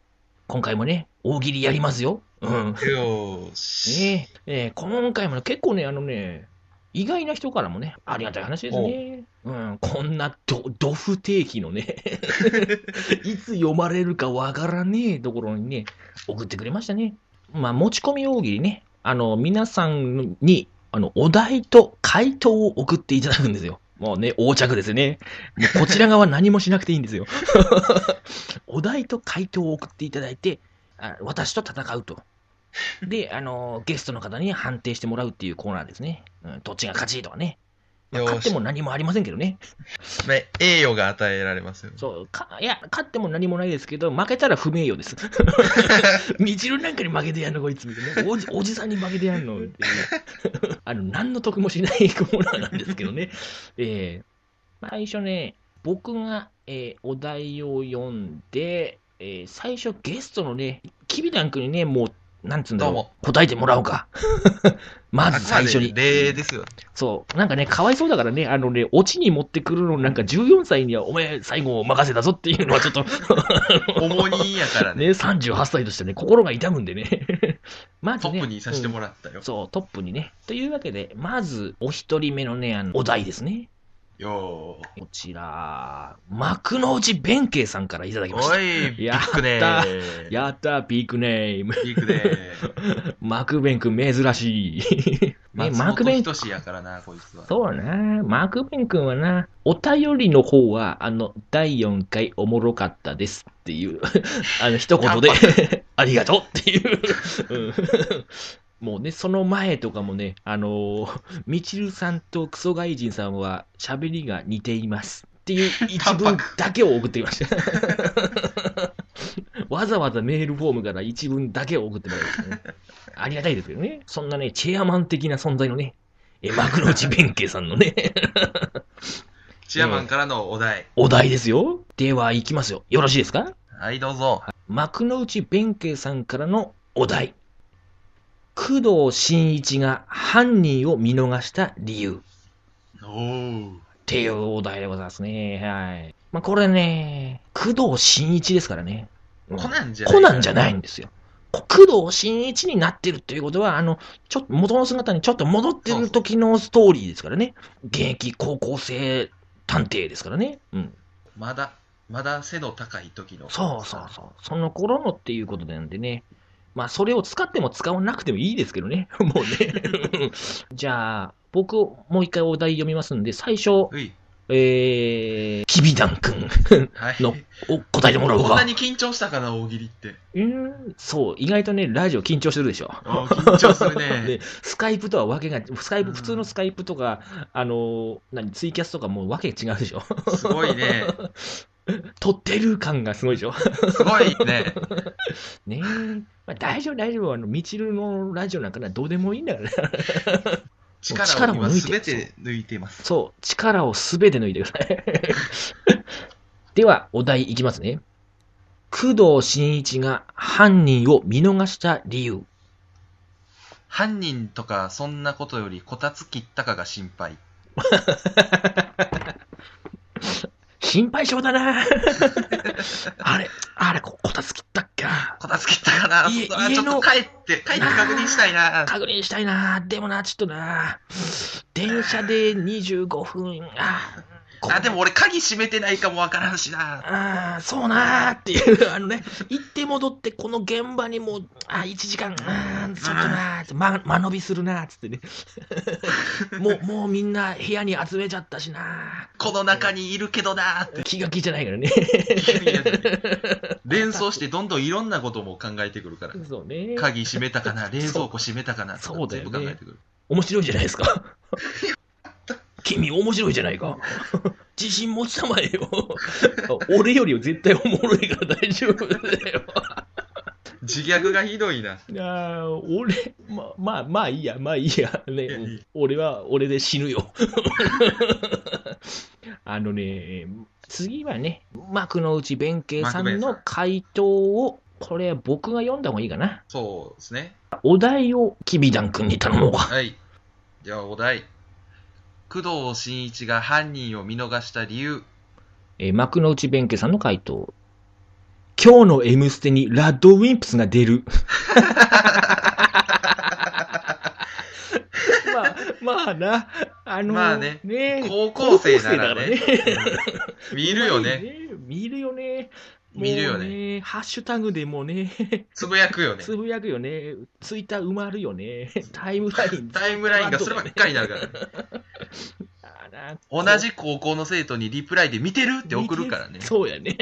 [SPEAKER 1] 今回もね、大喜利やりますよ。うん。
[SPEAKER 2] よーし。
[SPEAKER 1] ねええー今回もね結構ね、あのね、意外な人からもね、ありがたい話ですね。うん、こんなど、ど不定期のね、いつ読まれるかわからねえところにね、送ってくれましたね。まあ、持ち込み大喜利ね、あの、皆さんに、あの、お題と回答を送っていただくんですよ。もうね、横着ですね。もうこちら側何もしなくていいんですよ。お題と回答を送っていただいて、あ私と戦うと。で、あの、ゲストの方に判定してもらうっていうコーナーですね。うん、どっちが勝ちとかね。まあ
[SPEAKER 2] よー
[SPEAKER 1] 勝っ
[SPEAKER 2] し
[SPEAKER 1] ても何もありませんけどね。
[SPEAKER 2] ね、栄誉が与えられますよ。
[SPEAKER 1] そう、か、いや、勝っても何もないですけど、負けたら不名誉 です。みちるなんかに負けてやんの、こいつみたいな。おじ、おじさんに負けてやんの、っていうあの、何の得もしないコーナーなんですけど ね。えー、最初ね、僕が、えーお題を読んで、えー最初ゲストのね、きびだんくんにね、もう、なんつうんだ
[SPEAKER 2] どう
[SPEAKER 1] ろ
[SPEAKER 2] も
[SPEAKER 1] う、答えてもらおう か。まず最初に
[SPEAKER 2] あ。くまで例ですよ。
[SPEAKER 1] そう。なんかね、かわいそうだからね、あのね、オチに持ってくるの、なんか14歳にはお前最後を任せたぞっていうのはちょっと、
[SPEAKER 2] 重荷やから
[SPEAKER 1] ね、
[SPEAKER 2] ね、
[SPEAKER 1] 38歳としてね、心が痛むんでね。 まず
[SPEAKER 2] ト
[SPEAKER 1] ね、
[SPEAKER 2] ップにさせてもらったよ
[SPEAKER 1] うん。そう、トップにね。というわけで、まず、お一人目のね、あの、お題ですね。
[SPEAKER 2] よー。
[SPEAKER 1] こちら、幕の内弁慶さんからいただきまし
[SPEAKER 2] お
[SPEAKER 1] た。
[SPEAKER 2] い、ビ
[SPEAKER 1] やった
[SPEAKER 2] ッグネー。
[SPEAKER 1] やったー、ビッグネーム。
[SPEAKER 2] ビッグネー。
[SPEAKER 1] マクベン君珍しい。 ね、マクベン
[SPEAKER 2] 松本人志やからな、こいつは。
[SPEAKER 1] そうな、マークベン君はな、お便りの方は、あの、第4回おもろかったですっていう、 あの、一言で、ありがとうっていう、 うんもうね、その前とかもね、あのー、 みちるさんとクソ外人さんは喋りが似ていますっていう一文だけを送ってきました。 わざわざメールフォームから一文だけを送ってもらいましたね。ありがたいですけどね。そんなね、チェアマン的な存在のね、え、幕の内弁慶さんのね、
[SPEAKER 2] チアマンからのお題。
[SPEAKER 1] お題ですよ。では、いきますよ。よろしいですか
[SPEAKER 2] はい、どうぞ。
[SPEAKER 1] 幕の内弁慶さんからのお題。工藤新一が犯人を見逃した理由。
[SPEAKER 2] おー。
[SPEAKER 1] っていうお題でございますね。はい。まあ、これね、工藤新一ですからね。うん
[SPEAKER 2] コナンじゃない。
[SPEAKER 1] コナンじゃないんですよ。こ工藤新一になってるっていうことは、あの、ちょっと元の姿にちょっと戻ってる時のストーリーですからね。現役高校生探偵ですからね。うん。
[SPEAKER 2] まだ、まだ背の高い時の。
[SPEAKER 1] そうそうそう。その頃のっていうことなんでね。まあ、それを使っても使わなくてもいいですけどね。もう ね。じゃあ、僕、もう一回お題読みますんで、最初、
[SPEAKER 2] うい。
[SPEAKER 1] えー、きびだんくん
[SPEAKER 2] はい。
[SPEAKER 1] のお答えてもらおう
[SPEAKER 2] こんな
[SPEAKER 1] か。
[SPEAKER 2] に緊張したかな、大喜利って。
[SPEAKER 1] うん、そう、意外とね、ラジオ緊張してるでしょ。
[SPEAKER 2] あー緊張するね。
[SPEAKER 1] でスカイプとはわけが、スカイプ、
[SPEAKER 2] うん
[SPEAKER 1] 普通のスカイプとか、あのー、何、ツイキャスとかもうわけ違うでしょ。
[SPEAKER 2] すごいね。
[SPEAKER 1] 撮ってる感がすごいでしょ。
[SPEAKER 2] すごいね。
[SPEAKER 1] ねえ。まあ、大丈夫、大丈夫。あの、みちるのラジオなんかな、どうでもいいんだからね。
[SPEAKER 2] 力
[SPEAKER 1] 力
[SPEAKER 2] を今
[SPEAKER 1] も抜い
[SPEAKER 2] す
[SPEAKER 1] て
[SPEAKER 2] べて抜いています。
[SPEAKER 1] そう、力をすべて抜いてください。 では、お題いきますね。工藤新一が犯人を見逃した理由。
[SPEAKER 2] 犯人とかそんなことよりこたつ切ったかが心配。
[SPEAKER 1] 心配性だな あれ、あれ、ここたつ切ったっけな
[SPEAKER 2] こたつ切ったかな
[SPEAKER 1] 家
[SPEAKER 2] そら
[SPEAKER 1] 家
[SPEAKER 2] ちょっ
[SPEAKER 1] の
[SPEAKER 2] と帰って、帰って確認したいな。
[SPEAKER 1] 確認したいなでもな、ちょっとな電車で25分、あこ
[SPEAKER 2] あ、でも俺鍵閉めてないかもわからんしな。
[SPEAKER 1] ああ、そうなーっていう、あのね、行って戻って、この現場にもう、あー1時間、あーちょっとなーって、ま、間延びするなーっつってね、 もう、もうみんな部屋に集めちゃったしな
[SPEAKER 2] この中にいるけどなって
[SPEAKER 1] ー、気が気じゃないからね。
[SPEAKER 2] いやい や連想してどんどんいろんなことも考えてくるから。
[SPEAKER 1] そうね。
[SPEAKER 2] 鍵閉めたかな冷蔵庫閉めたかな
[SPEAKER 1] そうだよね
[SPEAKER 2] 全部考えてくる。
[SPEAKER 1] 面白いじゃないですか。 君、面白いじゃないか。自信持ちたまえよ。俺より絶対おもろいから大丈夫だよ。
[SPEAKER 2] 自虐がひどいな。
[SPEAKER 1] ああ、俺、ま、まあ、まあいいや、まあいいや。ね、
[SPEAKER 2] いやいい
[SPEAKER 1] うん俺は、俺で死ぬよ。 あのね、次はね、幕の内弁慶さんの回答を、これ僕が読んだ方がいいかな。
[SPEAKER 2] そうですね。
[SPEAKER 1] お題をきびだんくんに頼もうか。
[SPEAKER 2] はい。ではお題。工藤新一が犯人を見逃した理 由。
[SPEAKER 1] えー幕の内弁慶さんの回答。今日の M ステにラッドウィンプスが出 る。まあ、まあな、あのー
[SPEAKER 2] まあね
[SPEAKER 1] ね
[SPEAKER 2] 高校生ならね
[SPEAKER 1] 高校生だからね
[SPEAKER 2] 見るよ
[SPEAKER 1] うま
[SPEAKER 2] ね。
[SPEAKER 1] い見るよ ね。もう
[SPEAKER 2] 見るよね
[SPEAKER 1] ハッシュタグでもね、
[SPEAKER 2] つぶやくよね。
[SPEAKER 1] つぶやくよね、ツイッター埋まるよね、タイムライン。
[SPEAKER 2] タイムラインがそればっかりになるからね。
[SPEAKER 1] あら
[SPEAKER 2] 同じ高校の生徒にリプライで見てるって送るから ね。
[SPEAKER 1] そうやね。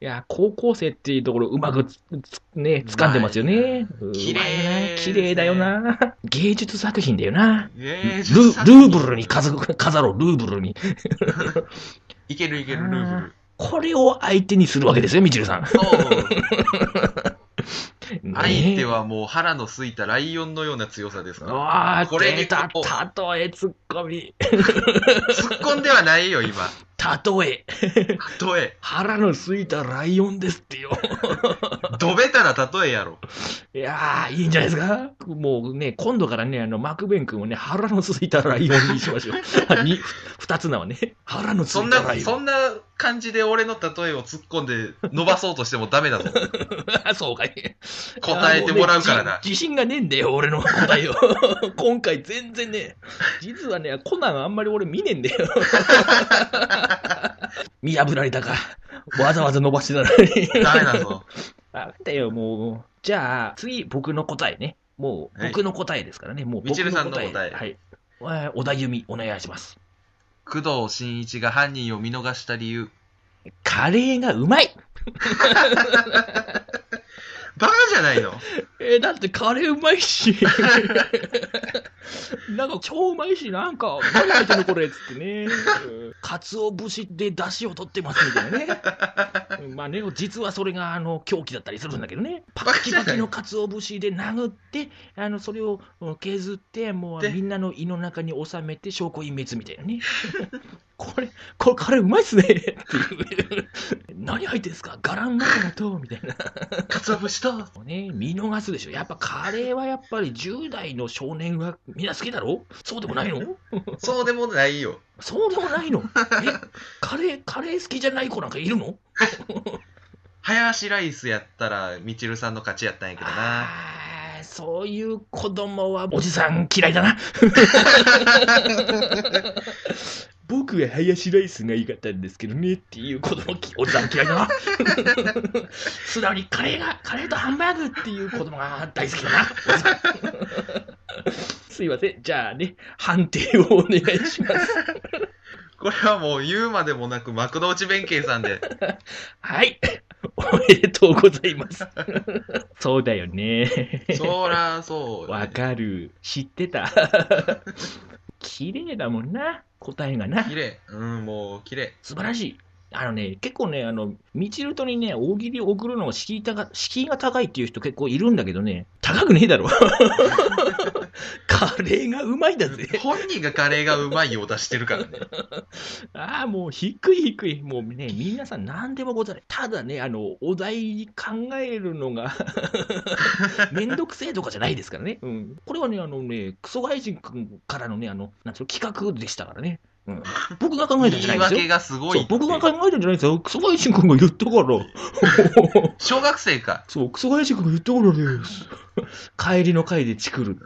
[SPEAKER 1] いや、高校生っていうところうまくつ、つね、掴んでますよね。うまい
[SPEAKER 2] 綺
[SPEAKER 1] な
[SPEAKER 2] 麗
[SPEAKER 1] 綺麗だよな。芸術作品だよな。ル
[SPEAKER 2] えー
[SPEAKER 1] ルーブルに飾飾ろう、ルーブルに。
[SPEAKER 2] いけるいける、ルーブル。
[SPEAKER 1] これを相手にするわけですよ、みちるさん。
[SPEAKER 2] そう。
[SPEAKER 1] ね
[SPEAKER 2] 相手はもう腹のすいたライオン のような強さですか
[SPEAKER 1] わあ、
[SPEAKER 2] これ
[SPEAKER 1] 出
[SPEAKER 2] で
[SPEAKER 1] た、
[SPEAKER 2] こう
[SPEAKER 1] たとえツッコミ、
[SPEAKER 2] ら。突っ込んではないよ、今。
[SPEAKER 1] たとえ、
[SPEAKER 2] 例え。
[SPEAKER 1] 腹のすいたライオンですってよ。
[SPEAKER 2] どべたら例えや ろ。
[SPEAKER 1] いやー、いいんじゃないですか。もうね、今度からね、あの、マクベン君をね、腹のすいたライオンにしま しょう。に、二つ名はね、腹のす
[SPEAKER 2] そん
[SPEAKER 1] いた
[SPEAKER 2] な
[SPEAKER 1] ラ、イオ
[SPEAKER 2] そ
[SPEAKER 1] ン。
[SPEAKER 2] んな感じで俺の例えを突っ込んで伸ばそうとしてもダメだ ぞ。
[SPEAKER 1] そうかい。
[SPEAKER 2] 答えてもらうから
[SPEAKER 1] あのね
[SPEAKER 2] な。
[SPEAKER 1] じ自信がねえんだよ、俺の答えを。 今回全然ね、実はね、コナンあんまり俺見ねえんだ よ。見破られたか。わざわざ伸ばしてたのに。
[SPEAKER 2] ダメだぞ。
[SPEAKER 1] あだよ、もう。じゃあ、次、僕の答えね。もう、
[SPEAKER 2] はい
[SPEAKER 1] 僕の答えですからね。もう、
[SPEAKER 2] み
[SPEAKER 1] 僕
[SPEAKER 2] ちるさんの
[SPEAKER 1] の
[SPEAKER 2] 答
[SPEAKER 1] 答
[SPEAKER 2] え
[SPEAKER 1] え。はい。えー小田由美、お願いします。
[SPEAKER 2] 工藤新一が犯人を見逃した理由。
[SPEAKER 1] カレーがうまい
[SPEAKER 2] バカじゃ ないの
[SPEAKER 1] えーだってカレーうまい し。なんか超うまいし、なんか、何入ってんのこれっつって ね。かつお節で出汁を取ってますみたい なね。うんまあね、実はそれがあの狂気だったりするんだけどね。パッキパキのかつお節で殴って、あのそれをうん削って、もう
[SPEAKER 2] で
[SPEAKER 1] みんなの胃の中に収めて証拠隠滅みたいな ね。これ、これカレーうまいっすねっていう。何入ってんすかガランガラと、みたいな。
[SPEAKER 2] かつお節と。
[SPEAKER 1] もうね、見逃すでしょ。やっぱカレーはやっぱり10代の少年はみんな好きだろそうでもないの
[SPEAKER 2] そうでもないよ。
[SPEAKER 1] そうでもないのえ、カレー、カレー好きじゃない子なんかいるの
[SPEAKER 2] 林ライスやったら、みちるさんの勝ちやったんやけどな。
[SPEAKER 1] あーそういう子供はおじさん嫌いだな。 僕は林ライスが良かったんですけどねっていう子供きおじさん嫌いだな。 素直にカレーが、カレーとハンバーグっていう子供が大好きだな。おじさん すいません。じゃあね、判定をお願いします。
[SPEAKER 2] これはもう言うまでもなく、幕の内弁慶さんで。
[SPEAKER 1] はい。 おめでとうござい ます。そうだよね。
[SPEAKER 2] そら、そう。
[SPEAKER 1] わかる。知ってた。綺麗だもんな。答えがな
[SPEAKER 2] 綺。麗。うん、もう綺麗。
[SPEAKER 1] 素晴らしい。あのね、結構ね、あの、ミチルトにね、大喜利を送るのが敷居たが敷居が高いっていう人結構いるんだけどね、高くねえだろ。カレーがうまいだぜ。
[SPEAKER 2] 本人がカレーがうまいよう出してるからね。
[SPEAKER 1] ああ、もう低い低い。もうね、皆さん何でもござれ。ただね、あの、お題考えるのが、 めんどくせえとかじゃないですからね。うん。これはね、あのね、クソ外人君からのね、あの、なんつうの、企画でしたからね。うん。僕が考えたんじゃ
[SPEAKER 2] 言
[SPEAKER 1] ないいんですよ
[SPEAKER 2] 訳。がすご
[SPEAKER 1] そ
[SPEAKER 2] いうって。
[SPEAKER 1] 僕が考えたんじゃないですよ。クソ外人君が言ったから。
[SPEAKER 2] 小学生か。
[SPEAKER 1] そう、クソ外人君が言ったからです。帰りの会でチクる。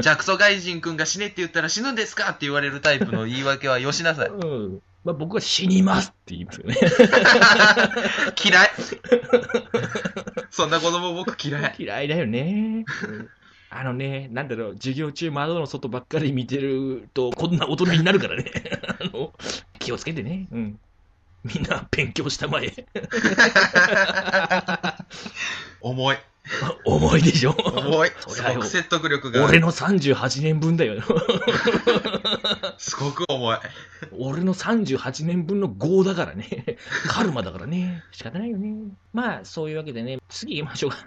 [SPEAKER 2] じゃあクソ外人君が死ねって言ったら死ぬんですかって言われるタイプの言い訳はよしなさい。
[SPEAKER 1] うん。まあ僕は死にますって言いますよね。
[SPEAKER 2] 嫌い。そんな子供僕嫌い。
[SPEAKER 1] 嫌いだよね。あのね、なんだろう、授業中窓の外ばっかり見てると、こんな大人になるからね。 あの、気をつけてね。うん。みんな勉強したまえ。
[SPEAKER 2] 重い。
[SPEAKER 1] 重いでしょ。
[SPEAKER 2] 重い。
[SPEAKER 1] そ
[SPEAKER 2] す
[SPEAKER 1] りゃ
[SPEAKER 2] ご
[SPEAKER 1] よ
[SPEAKER 2] く説得力があ
[SPEAKER 1] 俺
[SPEAKER 2] る。
[SPEAKER 1] の38年分だよ。
[SPEAKER 2] すごく重い。
[SPEAKER 1] 俺の38年分の業だから ね。カルマだからね。仕方ないよね。まあ、そういうわけでね、次行きま しょうか。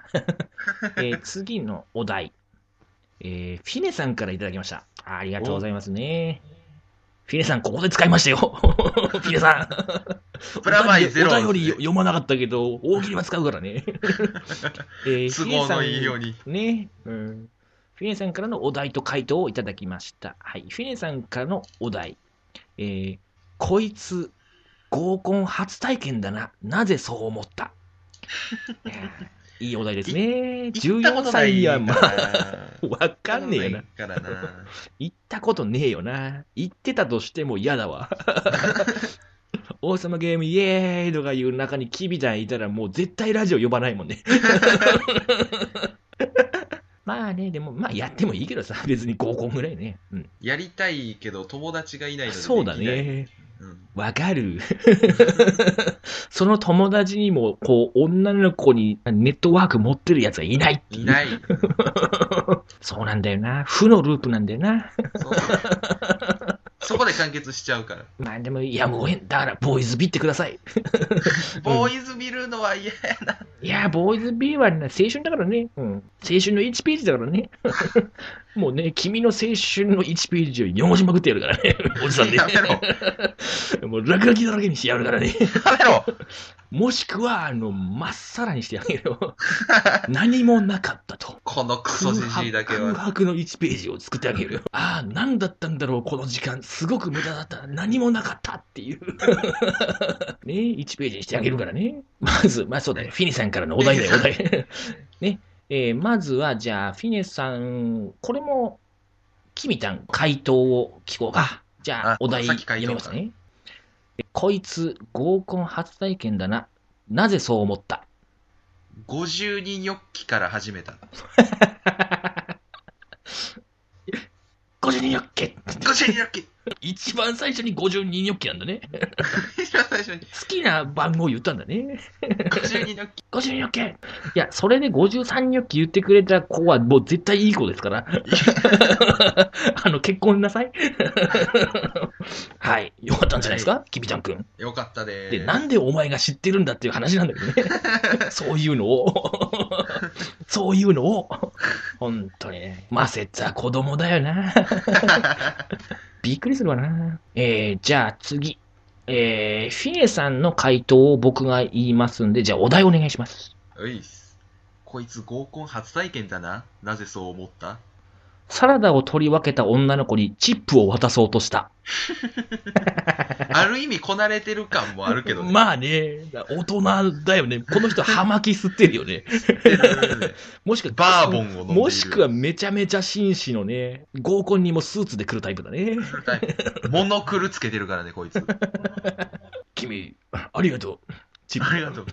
[SPEAKER 1] えー次のお題。えーフィネさんからいただきました。ありがとうございますね。フィネさん、ここで使いましたよ。 フィネさん。
[SPEAKER 2] プラマイゼロ
[SPEAKER 1] お便りお便り読まなかったけど、大喜利は使うからね。 えー
[SPEAKER 2] 都合のいいように。
[SPEAKER 1] ね、うん、フィネさんからのお題と回答をいただきました。はい、フィネさんからのお題、えーこいつ、 合コン初体験だな、なぜそう思った。いやーいいお題ですね。
[SPEAKER 2] 行ったこ
[SPEAKER 1] 14
[SPEAKER 2] とない
[SPEAKER 1] 歳にはまあ、
[SPEAKER 2] あ、
[SPEAKER 1] わかんねえよな。
[SPEAKER 2] からな。
[SPEAKER 1] 行ったことねえよな。行ってたとしても嫌だわ。 王様ゲームイエーイとかいう中にキビタンいたらもう絶対ラジオ呼ばないもんね。 まあね、でも、まあやってもいいけどさ、別に合コンぐらいね。うん、
[SPEAKER 2] やりたいけど友達がいないのでできない。
[SPEAKER 1] そうだね。
[SPEAKER 2] うん。
[SPEAKER 1] わかる。 その友達にも、こう、女の子にネットワーク持ってるやつがいないっていう
[SPEAKER 2] いない。
[SPEAKER 1] そうなんだよな。負のループなんだよな。
[SPEAKER 2] そうそこで完結しちゃうから。
[SPEAKER 1] まあでも、いやむをえん。だから、ボーイズビってください。
[SPEAKER 2] ボーイズ見るのは嫌や。
[SPEAKER 1] いやー、ボーイズビーはね青春だからね、うん、青春の1ページだから ね、もうね、君の青春の1ページを汚しまくってやるから ね、おじさんで、
[SPEAKER 2] やめろ。や
[SPEAKER 1] もう落書きだらけにしてやるからね、
[SPEAKER 2] めろ。
[SPEAKER 1] もしくは、あの、まっさらにしてやる よ、何もなかったと。
[SPEAKER 2] このクソ
[SPEAKER 1] 空
[SPEAKER 2] じじ
[SPEAKER 1] 白
[SPEAKER 2] いだけ
[SPEAKER 1] 空
[SPEAKER 2] は。
[SPEAKER 1] 白の1ページを作ってあげるよ。 ああ、何だったんだろう、この時間。すごく無駄だった。何もなかったっていう。 ね、1ページにしてあげるからね。まず、まあそうだね。フィネさんからのお題だよ、お題。 ね、えーまずは、じゃあ、フィネさん、これも、キミタン、回答を聞こうか。じゃあ
[SPEAKER 2] あ、
[SPEAKER 1] お題
[SPEAKER 2] さっき回
[SPEAKER 1] 読
[SPEAKER 2] 答
[SPEAKER 1] みますね。こいつ、合コン初体験だな。なぜそう思った
[SPEAKER 2] 50人ニョッキから始めた。
[SPEAKER 1] ?52 ニョッケ
[SPEAKER 2] 50人ニョッキ
[SPEAKER 1] 一番最初に52ニョッケなんだね。
[SPEAKER 2] 一番最初に
[SPEAKER 1] 好きな番号言ったんだね。
[SPEAKER 2] 50人ニョッキ
[SPEAKER 1] 52ニョッケいや、それで53ニョッケ言ってくれた子はもう絶対いい子です から。あの、結婚な さい。はい。よかったんじゃないですかキビちゃんくん。
[SPEAKER 2] よかったでーす。
[SPEAKER 1] で、なんでお前が知ってるんだっていう話なんだけ どね。そういうのを。 そういうのを。本当にね。ませつは子供だよ な。びっくりするわな。えー、じゃあ次。えー、フィネさんの回答を僕が言いますんで、じゃあお題お願いします。
[SPEAKER 2] ういっす。こいつ合コン初体験だな。なぜそう思った
[SPEAKER 1] サラダを取り分けた女の子にチップを渡そうとした。
[SPEAKER 2] ある意味こなれてる感もあるけど ね。
[SPEAKER 1] まあね、大人だよね。この人、葉巻吸ってるよね。もしくは、
[SPEAKER 2] バーボンを飲んでいる
[SPEAKER 1] もしくはめちゃめちゃ紳士のね、合コンにもスーツで来るタイプだね。
[SPEAKER 2] モノクルつけてるからね、こ いつ。
[SPEAKER 1] 君、ありがとう。チップ
[SPEAKER 2] ありがとう。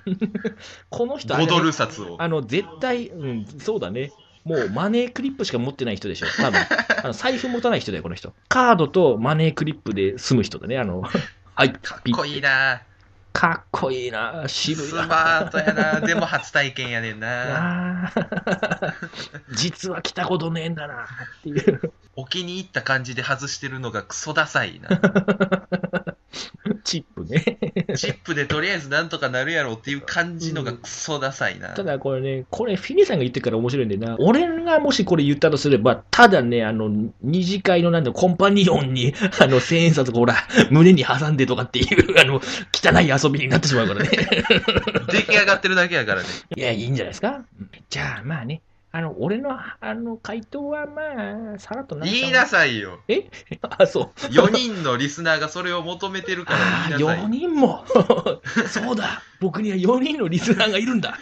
[SPEAKER 1] この人あれ
[SPEAKER 2] 5ドル札を。
[SPEAKER 1] あの、絶対、うん、そうだね。もうマネークリップしか持ってない人でしょ、 多分あの財布持たない人だよ、この人。カードとマネークリップで済む人だね、あの、はい、
[SPEAKER 2] かっこいいな
[SPEAKER 1] かっこいいな、渋い
[SPEAKER 2] ス
[SPEAKER 1] な。
[SPEAKER 2] マートやなでも初体験やねん な
[SPEAKER 1] あー 実は来たことねえんだなっていう。
[SPEAKER 2] お気に入った感じで外してるのがクソダサいな
[SPEAKER 1] チップね。
[SPEAKER 2] チップでとりあえずなんとかなるやろっていう感じのがクソダサいな
[SPEAKER 1] ただこれね、これフィネさんが言ってるから面白いんだよな。俺がもしこれ言ったとすれば、ただね、あの、二次会のなんだ、コンパニオンに、 あの、千円札こうほら、胸に挟んでとかっていう、 あの、汚い遊びになってしまうからね。
[SPEAKER 2] 出来上がってるだけやからね
[SPEAKER 1] いや、いいんじゃないですか。うんじゃあ、まあね、あの、俺の、あの、回答はまあ、さらっとな
[SPEAKER 2] 言いなさいよ
[SPEAKER 1] あ、そう。
[SPEAKER 2] 4人のリスナーがそれを求めてるから
[SPEAKER 1] ああ、
[SPEAKER 2] 言いなさい
[SPEAKER 1] 4人も そうだ僕には4人のリスナーがいるんだ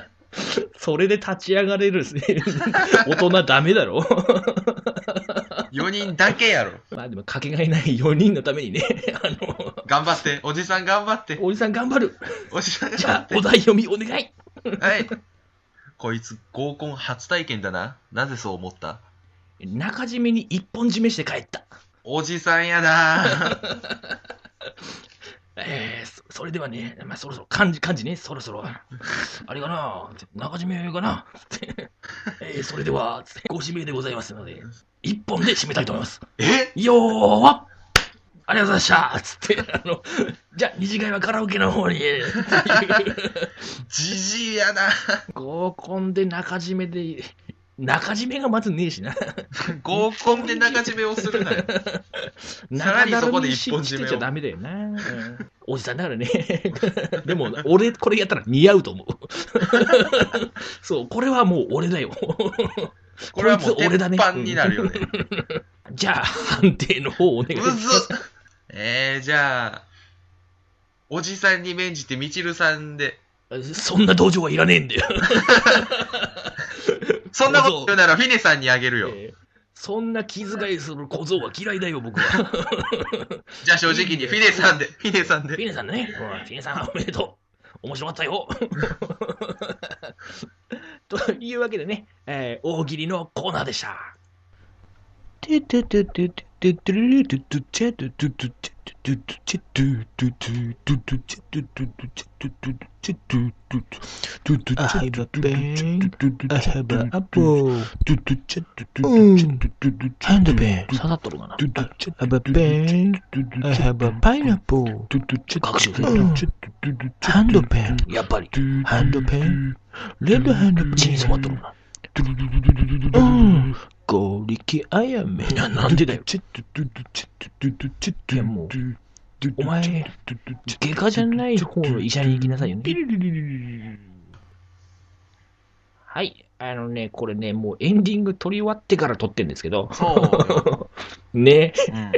[SPEAKER 1] それで立ち上がれるですね 大人ダメだろ
[SPEAKER 2] 4人だけやろ
[SPEAKER 1] まあでもかけがえない4人のためにねあの
[SPEAKER 2] 頑張っておじさん頑張って
[SPEAKER 1] おじさん頑張る
[SPEAKER 2] おじさん
[SPEAKER 1] じ
[SPEAKER 2] 頑張
[SPEAKER 1] ゃ
[SPEAKER 2] っ
[SPEAKER 1] あお題読みお願い
[SPEAKER 2] てはい こいつ合コン初体験だななぜそう思った
[SPEAKER 1] 中締めに一本締めして帰った
[SPEAKER 2] おじさん やな
[SPEAKER 1] えー、そそれではね、まあ、そろそろ、漢字、漢字ね、そろそろ、あれかな、中締めか な、つって、えー、それでは、つってご指名でございますので、一本で締めたいと思います。
[SPEAKER 2] え
[SPEAKER 1] よーわありがとうございましたつって、あの、じゃあ二次会はカラオケの方 に、えーっていう
[SPEAKER 2] じじいやな
[SPEAKER 1] 合コンで中締めで、中締めがまずねえしな。
[SPEAKER 2] 合コンで中締めをするなよ。さらにそこで一本締め
[SPEAKER 1] 中だるみして
[SPEAKER 2] を
[SPEAKER 1] ちゃダメだよな。うんおじさんだからね。 でも、俺、これやったら似合うと思う。そう、これはもう俺だよ。
[SPEAKER 2] これはも
[SPEAKER 1] こ
[SPEAKER 2] う
[SPEAKER 1] いつ俺
[SPEAKER 2] 鉄
[SPEAKER 1] だね
[SPEAKER 2] 板になるよね。
[SPEAKER 1] じゃあ、判定の方お願
[SPEAKER 2] う
[SPEAKER 1] い
[SPEAKER 2] ず
[SPEAKER 1] します。
[SPEAKER 2] っえー、じゃあ、おじさんに免じてみちるさんで、
[SPEAKER 1] そんな同情はいらねえんだよ。
[SPEAKER 2] そんなこと言うならフィネさんにあげるよ。
[SPEAKER 1] えーそんな気遣いする小僧は嫌いだよ、僕は。
[SPEAKER 2] じゃあ正直にフィネさんで、フィネさん
[SPEAKER 1] フィ
[SPEAKER 2] で。
[SPEAKER 1] ネさんだね。うんフィネさん、おめでとう。面白かったよ。 というわけでね、えー大喜利のコーナーでした。
[SPEAKER 3] I have an apple. Mm. And a bear.
[SPEAKER 1] 刺さっとるかな
[SPEAKER 3] I have a bear. I have a pineapple.
[SPEAKER 1] 学習
[SPEAKER 3] Hand of bear.
[SPEAKER 1] やっぱり、
[SPEAKER 3] Hand of bear. Red hand of
[SPEAKER 1] 血に染まっとる
[SPEAKER 3] bear.
[SPEAKER 1] か
[SPEAKER 3] Mm. ゴリキあやめ。
[SPEAKER 1] な。なんでだよ。
[SPEAKER 3] い
[SPEAKER 1] いやもうお前、外科じゃない方の医者に行きなさいよね。はい。あのね、これね、もうエンディング撮り終わってから撮ってんですけど、
[SPEAKER 2] そうよ。
[SPEAKER 1] ね、
[SPEAKER 2] うん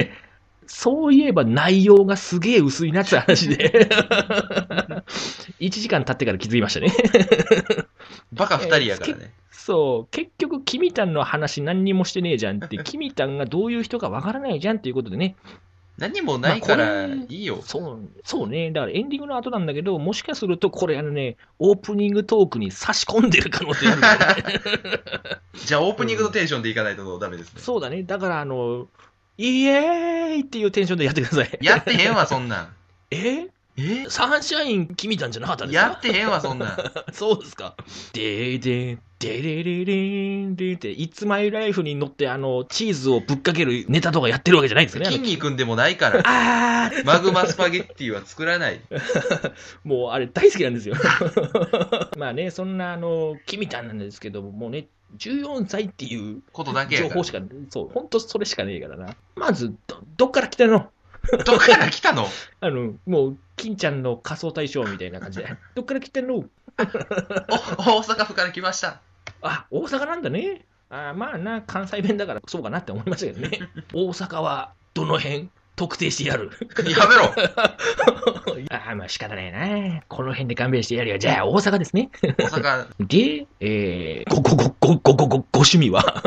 [SPEAKER 1] そういえば内容がすげえ薄いなって話 で、1時間経ってから気づきましたね。
[SPEAKER 2] バカ二人やからね。
[SPEAKER 1] そう、結局、キミタンの話何にもしてねえじゃんって、キミタンがどういう人かわからないじゃんっていうことでね、
[SPEAKER 2] 何もないから
[SPEAKER 1] まあこれ
[SPEAKER 2] いいよ。
[SPEAKER 1] そうそうね、だからエンディングの後なんだけど、もしかするとこれ、あのね、オープニングトークに差し込んでる可能性あるからね
[SPEAKER 2] じゃあオープニングのテンションでいかないとダメですね。
[SPEAKER 1] そうだね、だから、あの、イエーイっていうテンションでやってください。
[SPEAKER 2] やってへんわ、そんなん。
[SPEAKER 1] え
[SPEAKER 2] え
[SPEAKER 1] サンシャイン、キミタンじゃなかったんです
[SPEAKER 2] や
[SPEAKER 1] か
[SPEAKER 2] ってへんわ、そんなん。
[SPEAKER 1] そうですか。でーでー、でれれれーんでーって、いつマイライフに乗って、あの、チーズをぶっかけるネタとかやってるわけじゃないんですよね。あ
[SPEAKER 2] 筋
[SPEAKER 1] の
[SPEAKER 2] 肉んでもないから。
[SPEAKER 1] あー
[SPEAKER 2] マグマスパゲッティは作らない。
[SPEAKER 1] もうあれ大好きなんですよ。まあね、そんなあの、キミタンなんですけども、もうね、14歳っていう
[SPEAKER 2] ことだけや
[SPEAKER 1] 情
[SPEAKER 2] から
[SPEAKER 1] 報し。か、そう、本当それしかねえからな。まず、ど、どっから来たの
[SPEAKER 2] どっから来たの
[SPEAKER 1] あの、もう、金ちゃんの仮装大賞みたいな感じで、どっから来たの
[SPEAKER 2] お大阪府から来ました。
[SPEAKER 1] あ、大阪なんだね。あまあな、関西弁だからそうかなって思いましたけど ね。大阪はどの辺特定してやる。
[SPEAKER 2] やめろ
[SPEAKER 1] あまあ仕方ないな。この辺で勘弁してやるよ。じゃあ大阪ですね。
[SPEAKER 2] 大阪、
[SPEAKER 1] で、えー、ご、ご、ご、ご、ご、ご、ご、ご趣味は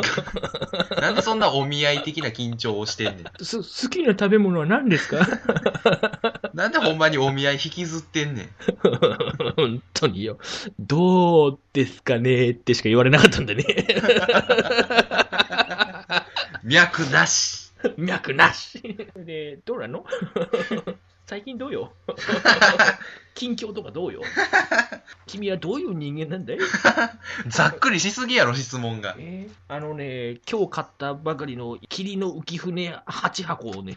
[SPEAKER 2] なんでそんなお見合い的な緊張をしてんねん。
[SPEAKER 1] す、好きな食べ物は何ですか
[SPEAKER 2] なんでほんまにお見合い引きずってんねん。
[SPEAKER 1] 本当によ。どうですかねってしか言われなかったんでね。
[SPEAKER 2] 脈なし。
[SPEAKER 1] 脈なし。 で、どうな の最近どう よ近況とかどう よ君はどういう人間なんだい、
[SPEAKER 2] ざっくりしすぎやろ、質問が。
[SPEAKER 1] えーあのね、今日買ったばかりの霧の浮舟8箱を ね、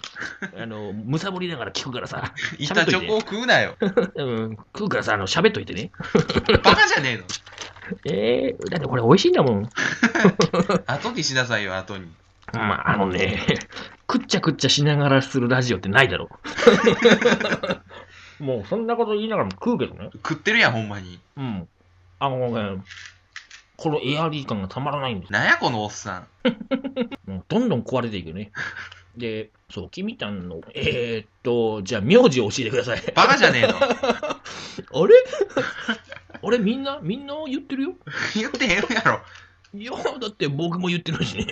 [SPEAKER 1] あの、むさぼりながら聞くから さ、
[SPEAKER 2] 板チョコを食うなよ。
[SPEAKER 1] うん、食うからさ、あの、喋っといてね。
[SPEAKER 2] バカじゃね
[SPEAKER 1] えー、だってこれ美味しいんだもん。
[SPEAKER 2] えの。後にしなさいよ、後に。
[SPEAKER 1] まあ、あのね、くっちゃくっちゃしながらするラジオってないだ ろ。もう、そんなこと言いながらも食うけどね。
[SPEAKER 2] 食ってるやん、ほんまに。
[SPEAKER 1] うん。あのね、このエアリー感がたまらないんです。
[SPEAKER 2] なんや、このおっさん。
[SPEAKER 1] もうどんどん壊れていく ね。で、そう、君たんの、えー、っと、じゃあ、名字を教えてください。
[SPEAKER 2] バカじゃねえの。
[SPEAKER 1] あれあれ、みんな、みんな言ってるよ。
[SPEAKER 2] 言ってへんやろ。
[SPEAKER 1] いや、だって僕も言ってないしね。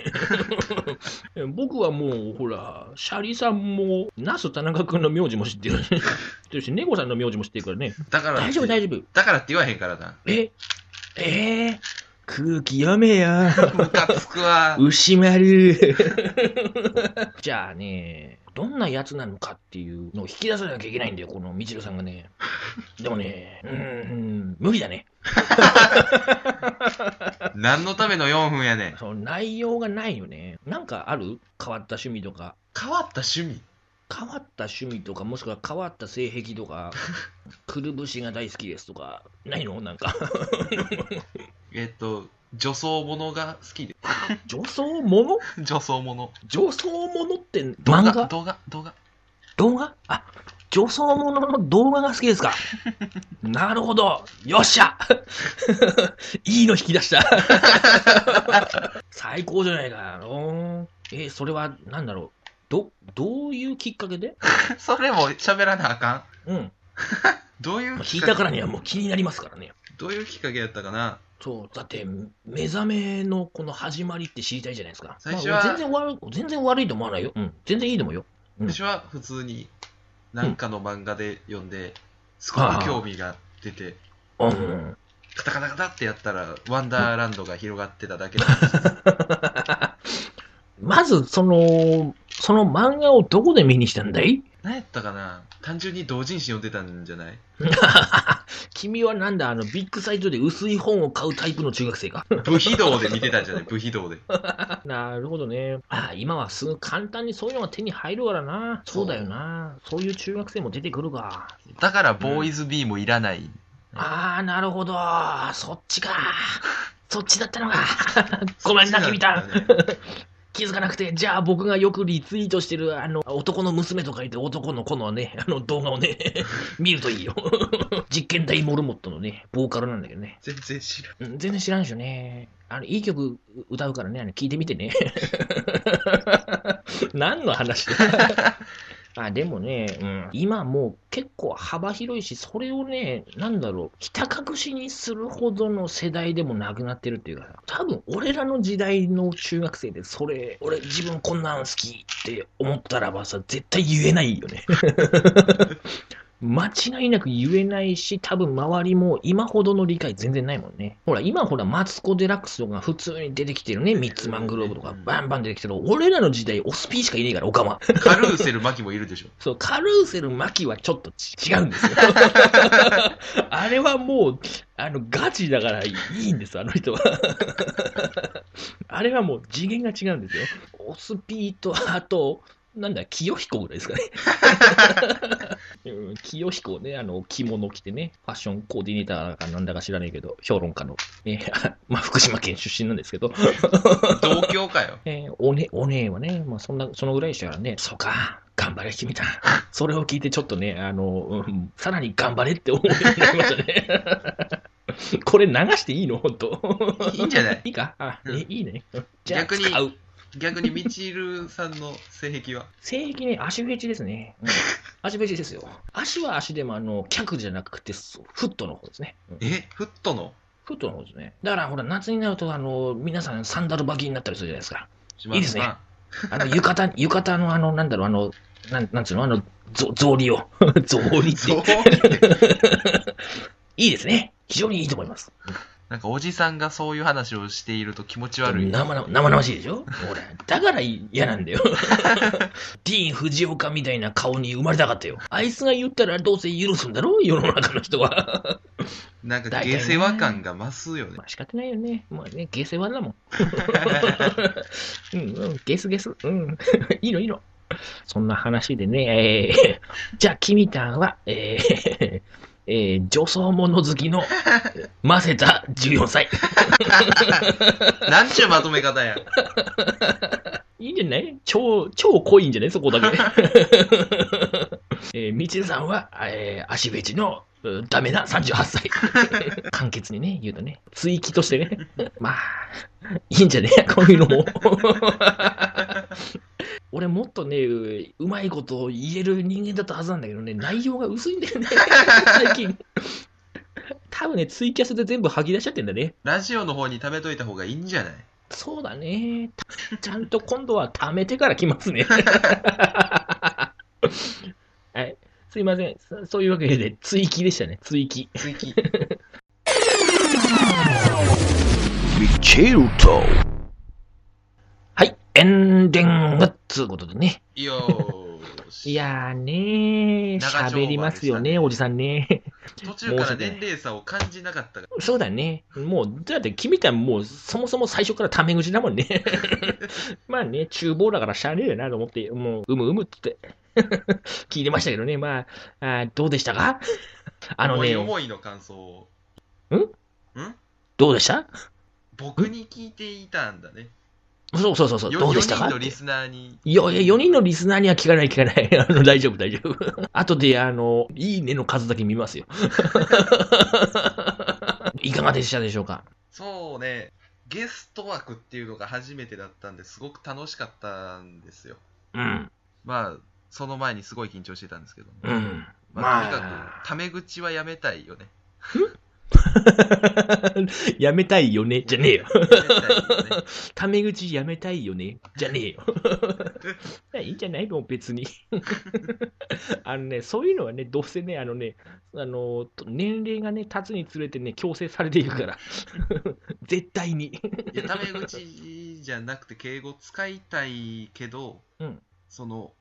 [SPEAKER 1] 僕はもう、ほら、シャリさんも、ナス田中君の名字も知って るし、知ってるし、猫さんの名字も知ってるからね。
[SPEAKER 2] だから、
[SPEAKER 1] 大丈夫、大丈夫。
[SPEAKER 2] だからって言わへんからな。
[SPEAKER 1] え、えー、空気読めよ。
[SPEAKER 2] ムカつくわ。
[SPEAKER 1] 牛丸 じゃあねどんなやつなのかっていうのを引き出さなきゃいけないんだよこのみちるさんがねでもねうーん無理だね
[SPEAKER 2] 何のための4分やねん。
[SPEAKER 1] その内容がないよねなんかある変わった趣味とか
[SPEAKER 2] 変わった趣味
[SPEAKER 1] 変わった趣味とかもしくは変わった性癖とかくるぶしが大好きですとかないのなんか
[SPEAKER 2] えっと、女装ものが好きで。
[SPEAKER 1] 女装もの
[SPEAKER 2] 女装もの。
[SPEAKER 1] 女装ものって
[SPEAKER 2] 動
[SPEAKER 1] 漫
[SPEAKER 2] 画
[SPEAKER 1] 画
[SPEAKER 2] 動画動画。
[SPEAKER 1] 動画あ女装ものの動画が好きです かなるほどよっしゃ いいの引き出した 最高じゃないかおーえーそれは何だろうどどういうきっかけで
[SPEAKER 2] それも喋らなあかん。
[SPEAKER 1] うん
[SPEAKER 2] どういう
[SPEAKER 1] まあ
[SPEAKER 2] き
[SPEAKER 1] 聞い
[SPEAKER 2] っか
[SPEAKER 1] た
[SPEAKER 2] け
[SPEAKER 1] からにはもう気になりますからね。
[SPEAKER 2] どういうきっかけやったかな
[SPEAKER 1] そう、だって、目覚めのこの始まりって知りたいじゃないですか。
[SPEAKER 2] 最初は
[SPEAKER 1] まあ全然悪い、全然悪いと思わないよ。うん。全然いいと思うよ。うん
[SPEAKER 2] 私は普通に何かの漫画で読んで、すごく興味が出て、
[SPEAKER 1] うん。
[SPEAKER 2] カタカタカタってやったら、ワンダーランドが広がってただけなんですよ
[SPEAKER 1] まず、その、その漫画をどこで見にしたんだい
[SPEAKER 2] 何やったかな単純に同人誌読んでたんじゃない
[SPEAKER 1] 君はなんだ、あの、ビッグサイトで薄い本を買うタイプの中学生か。
[SPEAKER 2] 武器道で見てたんじゃない武器道で。
[SPEAKER 1] なるほどね。ああ、今はすぐ簡単にそういうのが手に入るからな。そうだよな。そういう中学生も出てくるか。
[SPEAKER 2] だから、ボーイズ B もいらない。
[SPEAKER 1] ああ、なるほど。そっちか。そっちだった のか。ごめんな、君た。
[SPEAKER 2] そっちなんだよね
[SPEAKER 1] 気づかなくて。じゃあ僕がよくリツイートしてる、あの、男の娘と書いて男の子のね、あの動画をね、 見るといいよ。 実験台モルモットのね、ボーカルなんだけどね。
[SPEAKER 2] 全然知らん。
[SPEAKER 1] うん全然知らんでしょね。あの、いい曲歌うからね、あの、聞いてみてね。何の話だあ、でもね、うん、今もう結構幅広いし、それをね、なんだろう、ひた隠しにするほどの世代でもなくなってるっていうかさ、多分俺らの時代の中学生で、それ、俺自分こんなん好きって思ったらばさ、絶対言えないよね。間違いなく言えないし、多分周りも今ほどの理解全然ないもんね。ほら、今ほら、マツコ・デラックスとか普通に出てきてるね。ミッツマングローブとかバンバン出てきてる。俺らの時代、オスピーしかいねえから、オカマ。
[SPEAKER 2] カルーセル・マキもいる でしょ。
[SPEAKER 1] そう、カルーセル・マキはちょっとち違うんですよ。あれはもう、あの、ガチだからいいんです、あの人は。あれはもう次元が違うんですよ。オスピーと、あと、なんだ、清彦ぐらいですかね。うん、清彦ね、あの、着物着てね、ファッションコーディネーターかなんだか知らないけど、評論家の、ね、 まあ、福島県出身なんですけど、
[SPEAKER 2] 同郷かよ。
[SPEAKER 1] えーおね、おねえはね、まあ、そんな、そのぐらいでしたからね、そうか、頑張れ、君た。 それを聞いて、ちょっとね、あの、うん、さらに頑張れって思うようになりましたね。 これ流していいの本当。
[SPEAKER 2] いいんじゃない
[SPEAKER 1] いいかあ、
[SPEAKER 2] うん
[SPEAKER 1] えいいね。じゃあ、
[SPEAKER 2] 逆に
[SPEAKER 1] 使う。
[SPEAKER 2] 逆に、ミチルさんの性癖は
[SPEAKER 1] 性癖ね、足フェチですね。うん、足フェチですよ。足は足でも、あの、脚じゃなくて、そうフットの方ですね。うん
[SPEAKER 2] えフットの
[SPEAKER 1] フットの方ですね。だから、ほら、夏になると、あの、皆さんサンダル履きになったりするじゃないですか。いいですねあの、浴衣、浴衣のあの、なんだろう、あの、なん、なんつうの、あの、ぞ、草履 を。草履
[SPEAKER 2] そう
[SPEAKER 1] って。いいですね。非常にいいと思います。
[SPEAKER 2] なんかおじさんがそういう話をしていると気持ち悪い。
[SPEAKER 1] 生々生々しいでしょほら、だから嫌なん だよ。ディーン・フジオカみたいな顔に生まれたかったよ。あいつが言ったらどうせ許すんだろ世の中の人は。
[SPEAKER 2] なんか下世話感が増すよね
[SPEAKER 1] ま。あ仕方ないよね。まあね、ゲーセワンだも ん。うんうん、ゲスゲス。うん。 いいのいいの。そんな話でね、えーじゃあ、君たんは、えーえー女装物好きの混ぜた14歳。
[SPEAKER 2] なんちゅうまとめ方や。
[SPEAKER 1] いいんじゃない超、超濃いんじゃないそこだけ。えー、みちるさんは、えー、足べちの、うんダメな38歳。簡潔にね、言うとね。追記としてね。まあ、いいんじゃねこういうのも。俺もっとね、ううまいことを言える人間だったはずなんだけどね、内容が薄いんだよね。最近。多分ね、ツイキャスで全部吐き出しちゃってんだね。
[SPEAKER 2] ラジオの方に食べといた方がいいんじゃない
[SPEAKER 1] そうだね。たちゃんと今度は貯めてから来ます ね。はい。すいません。そそういうわけで、追記でしたね。追記。
[SPEAKER 2] 追記。
[SPEAKER 3] ミッチェルと
[SPEAKER 1] はい。エンディングっつうことでね。
[SPEAKER 2] よーし。
[SPEAKER 1] いやーねー、
[SPEAKER 2] 長丁場でしたね
[SPEAKER 1] 喋りますよね、おじさんね。
[SPEAKER 2] 途中から年齢差を感じなかったから。
[SPEAKER 1] そうだね。もう、だって君たちもう、そもそも最初からタメ口だもん ね。まあね、厨房だからしゃあねえよなと思って、もう、うむうむっつって、 聞いてましたけどね。まあ、あーどうでしたかあの
[SPEAKER 2] 思い
[SPEAKER 1] ね、
[SPEAKER 2] 思いの感想を。
[SPEAKER 1] ん
[SPEAKER 2] ん
[SPEAKER 1] どうでした
[SPEAKER 2] 僕に聞いていたんだね。
[SPEAKER 1] そうそうそうそう、
[SPEAKER 2] よ
[SPEAKER 1] どうでした
[SPEAKER 2] 4
[SPEAKER 1] か
[SPEAKER 2] 人のリスナーに。
[SPEAKER 1] よ、いや4人のリスナーには聞かない聞かない。 あの、大丈夫大丈夫。 後で、あの、いいねの数だけ見ますよ。 いかがでしたでしょうか
[SPEAKER 2] そうね。ゲスト枠っていうのが初めてだったんですごく楽しかったんですよ。
[SPEAKER 1] うん、
[SPEAKER 2] まあ、その前にすごい緊張してたんですけど、
[SPEAKER 1] うん。
[SPEAKER 2] ま
[SPEAKER 1] まあ
[SPEAKER 2] あ、とにかく、タメ口はやめたいよね。
[SPEAKER 1] やめたいよね、じゃねえよ。
[SPEAKER 2] やめたいよね。
[SPEAKER 1] タメ口やめたいよね、じゃねえ よ。いやいいんじゃないの、別に。 あのね、そういうのはね、どうせね、あのね、あの、と年齢がね、経つにつれてね、強制されていくから。 絶対に。
[SPEAKER 2] いや、タメ口じゃなくて敬語使いたいけど、
[SPEAKER 1] うん
[SPEAKER 2] その、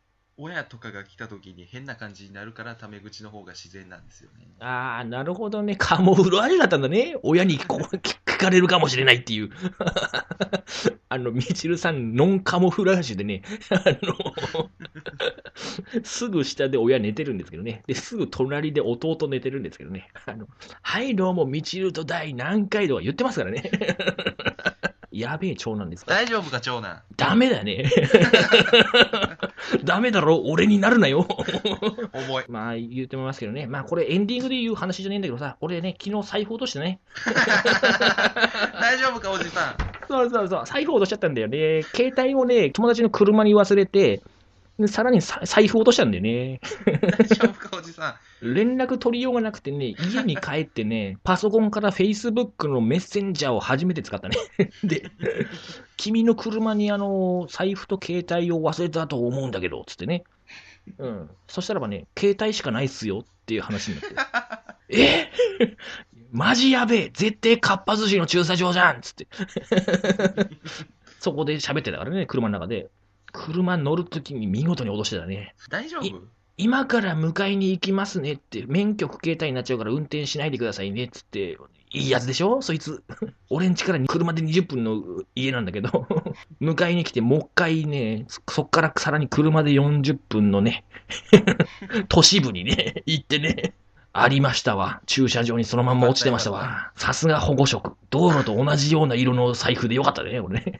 [SPEAKER 2] 親とかが来た時に変な感じになるからタメ口の方が自然なんですよね。
[SPEAKER 1] ああ、なるほどね。 かもう、あれだったんだね。親にここ聞聞かれるかもしれないっていう。 あの、みちるさん、ノンカモフラージュでね、あの、 すぐ下で親寝てるんですけどね。で、すぐ隣で弟寝てるんですけどね。あの、はい、どうも、みちると第何回とか言ってますからね。 やべえ長男ですから。
[SPEAKER 2] 大丈夫か、長男。
[SPEAKER 1] ダメだね。 ダメだろ、俺になるなよ。
[SPEAKER 2] 重い。
[SPEAKER 1] まあ言ってもますけどね、まあこれエンディングで言う話じゃねえんだけどさ、俺ね、昨日財布落としてね、
[SPEAKER 2] 大丈夫か、おじさん。
[SPEAKER 1] そうそうそう、財布落としちゃったんだよね、携帯をね、友達の車に忘れて、でさらにさ財布落としたんだよね、
[SPEAKER 2] 大丈夫か、おじさ
[SPEAKER 1] 連絡取りようがなくてね、家に帰ってね、パソコンから Facebook のメッセンジャーを初めて使ったね。で、君の車にあの財布と携帯を忘れたと思うんだけど、つってね。うん、そしたらばね、携帯しかないっすよっていう話になって。えマジやべえ絶対かっぱ寿司の駐車場じゃんっつって。そこで喋ってたからね、車の中で。車乗るときに見事に落としてたね。
[SPEAKER 2] ん。 大丈夫
[SPEAKER 1] い今から迎えに行きますねって、免許不携帯になっちゃうから運転しないでくださいねっつって、いいやつでしょそいつ。 俺ん家から車で20分の家なんだけど、 迎えに来て、もう一回ね、そそっからさらに車で40分のね、 都市部にね、行ってね、ありましたわ。駐車場にそのまんま落ちてました
[SPEAKER 2] よか
[SPEAKER 1] わ。さすが保護色。道路と同じような色の財布でよかったね、俺ね。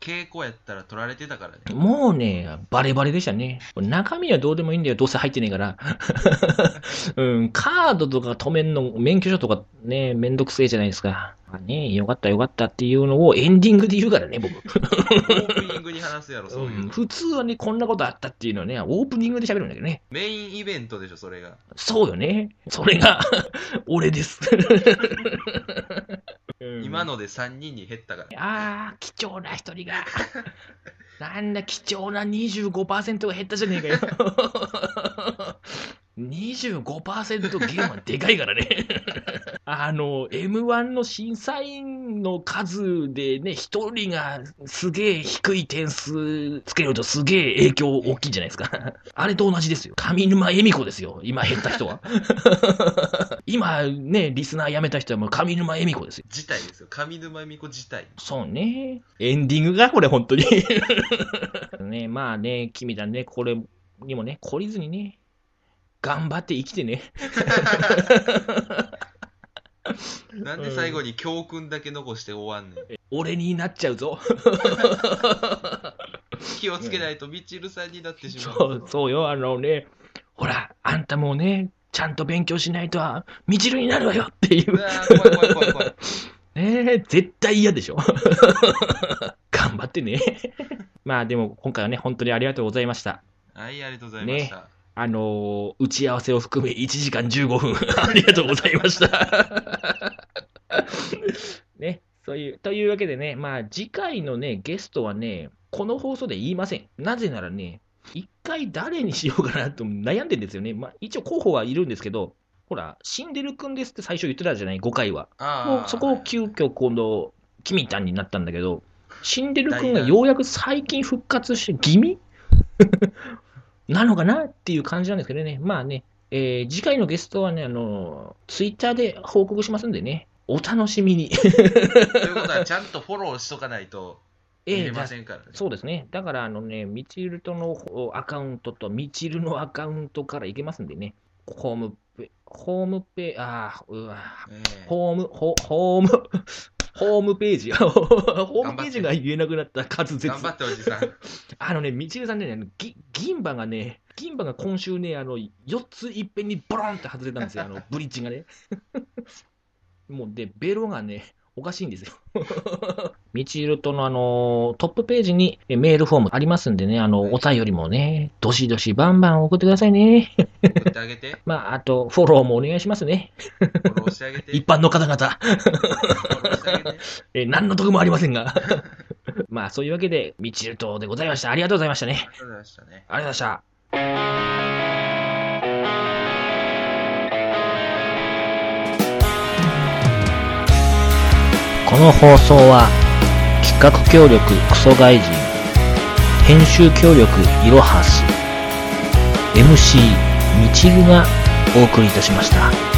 [SPEAKER 2] 稽古やったら取られて たからね。
[SPEAKER 1] もうね、バレバレでしたね。中身はどうでもいいんだよ。どうせ入ってねえから。 うん、カードとか止めんの、免許証とかね、めんどくせえじゃないですか。まあね、よかったよかったっていうのをエンディングで言うからね、僕。
[SPEAKER 2] オープニングに話すやろ、そういう
[SPEAKER 1] うん
[SPEAKER 2] の。
[SPEAKER 1] 普通はね、こんなことあったっていうのはね、オープニングで喋るんだけどね。
[SPEAKER 2] メインイベントでしょ、それが。
[SPEAKER 1] そうよね。それが、 俺 です。うん
[SPEAKER 2] 今ので3人に減ったから。
[SPEAKER 1] ああ、貴重な一人が。なんだ、貴重な25%が減ったじゃねえかよ。25%ゲームはでかいからね。あの、M1 の審査員の数でね、一人がすげえ低い点数つけるとすげえ影響大きいじゃないですか。あれと同じですよ。上沼恵美子ですよ。今減った人は。今ね、リスナー辞めた人はもう上沼恵美子ですよ。
[SPEAKER 2] 自体ですよ。上沼恵美子自体。
[SPEAKER 1] そうね。エンディングがこれ、本当に。ね、まあね、君だね、これにもね、懲りずにね、頑張って生きてね。
[SPEAKER 2] なんで最後に教訓だけ残して終わんねん。
[SPEAKER 1] 俺になっちゃうぞ。
[SPEAKER 2] 気をつけないとミッチルさんになってしま
[SPEAKER 1] そうう、。そうよ、あのね、ほら、あんたもね、ちゃんと勉強しないとは、みちるになるわよっていうう。
[SPEAKER 2] わー怖い怖い怖い怖い。
[SPEAKER 1] ねえ、絶対嫌でしょ。 頑張ってね。まあでも、今回はね、本当にありがとうございました。
[SPEAKER 2] はい、ありがとうございました。
[SPEAKER 1] あのー打ち合わせを含め1時間15分、 ありがとうございました。 ね、そういう、というわけでね、まあ次回のね、ゲストはね、この放送で言いません。なぜならね、一回誰にしようかなと悩んでんですよね。まあ一応候補はいるんですけど、ほら、シンデレル君ですって最初言ってたじゃない、5回は。
[SPEAKER 2] あ
[SPEAKER 1] もう
[SPEAKER 2] ー
[SPEAKER 1] そこを急遽今度、キミタンになったんだけど、シンデレル君がようやく最近復活して気味 なのかなっていう感じなんですけどね。まあね、えー次回のゲストはね、あの、ツイッターで報告しますんでね、お楽しみ に。
[SPEAKER 2] ということは、ちゃんとフォローしとかないと見れませんからね。
[SPEAKER 1] そうですね。だから、あのね、みちるとのおアカウントと、みちるのアカウントからいけますんでね、ホームペ、ホームペ、あーうわ
[SPEAKER 2] ええ
[SPEAKER 1] ホーム、ホホーム、ホームページ、 ホームページが言えなくなった滑舌。
[SPEAKER 2] 頑張っておじさん。
[SPEAKER 1] あのね、みちるさんね、あのぎ銀歯がね、銀歯が今週ね、あの4ついっ ぺんにボロンって外れたんですよ、あのブリッジがね。もうで、ベロがね、おかしいんですよ。 みちるとのあの、トップページにえメールフォームありますんでね、あの、
[SPEAKER 2] はい
[SPEAKER 1] お便りもね、どしどしバンバン送ってくださいね。
[SPEAKER 2] 送ってあげて、
[SPEAKER 1] まあ、あと、フォローもお願いしますね。
[SPEAKER 2] フォローしてあげて、
[SPEAKER 1] 一般の方々、
[SPEAKER 2] フォローしてあげて。
[SPEAKER 1] えー何の得もありませんが。 まあ、そういうわけで、みちるとでございました。ありがとうございましたね。
[SPEAKER 2] ありがとうございましたね。
[SPEAKER 1] ありがとうございました。この放送は企画協力クソ外人編集協力いろはす MC みちるがお送りいたしました。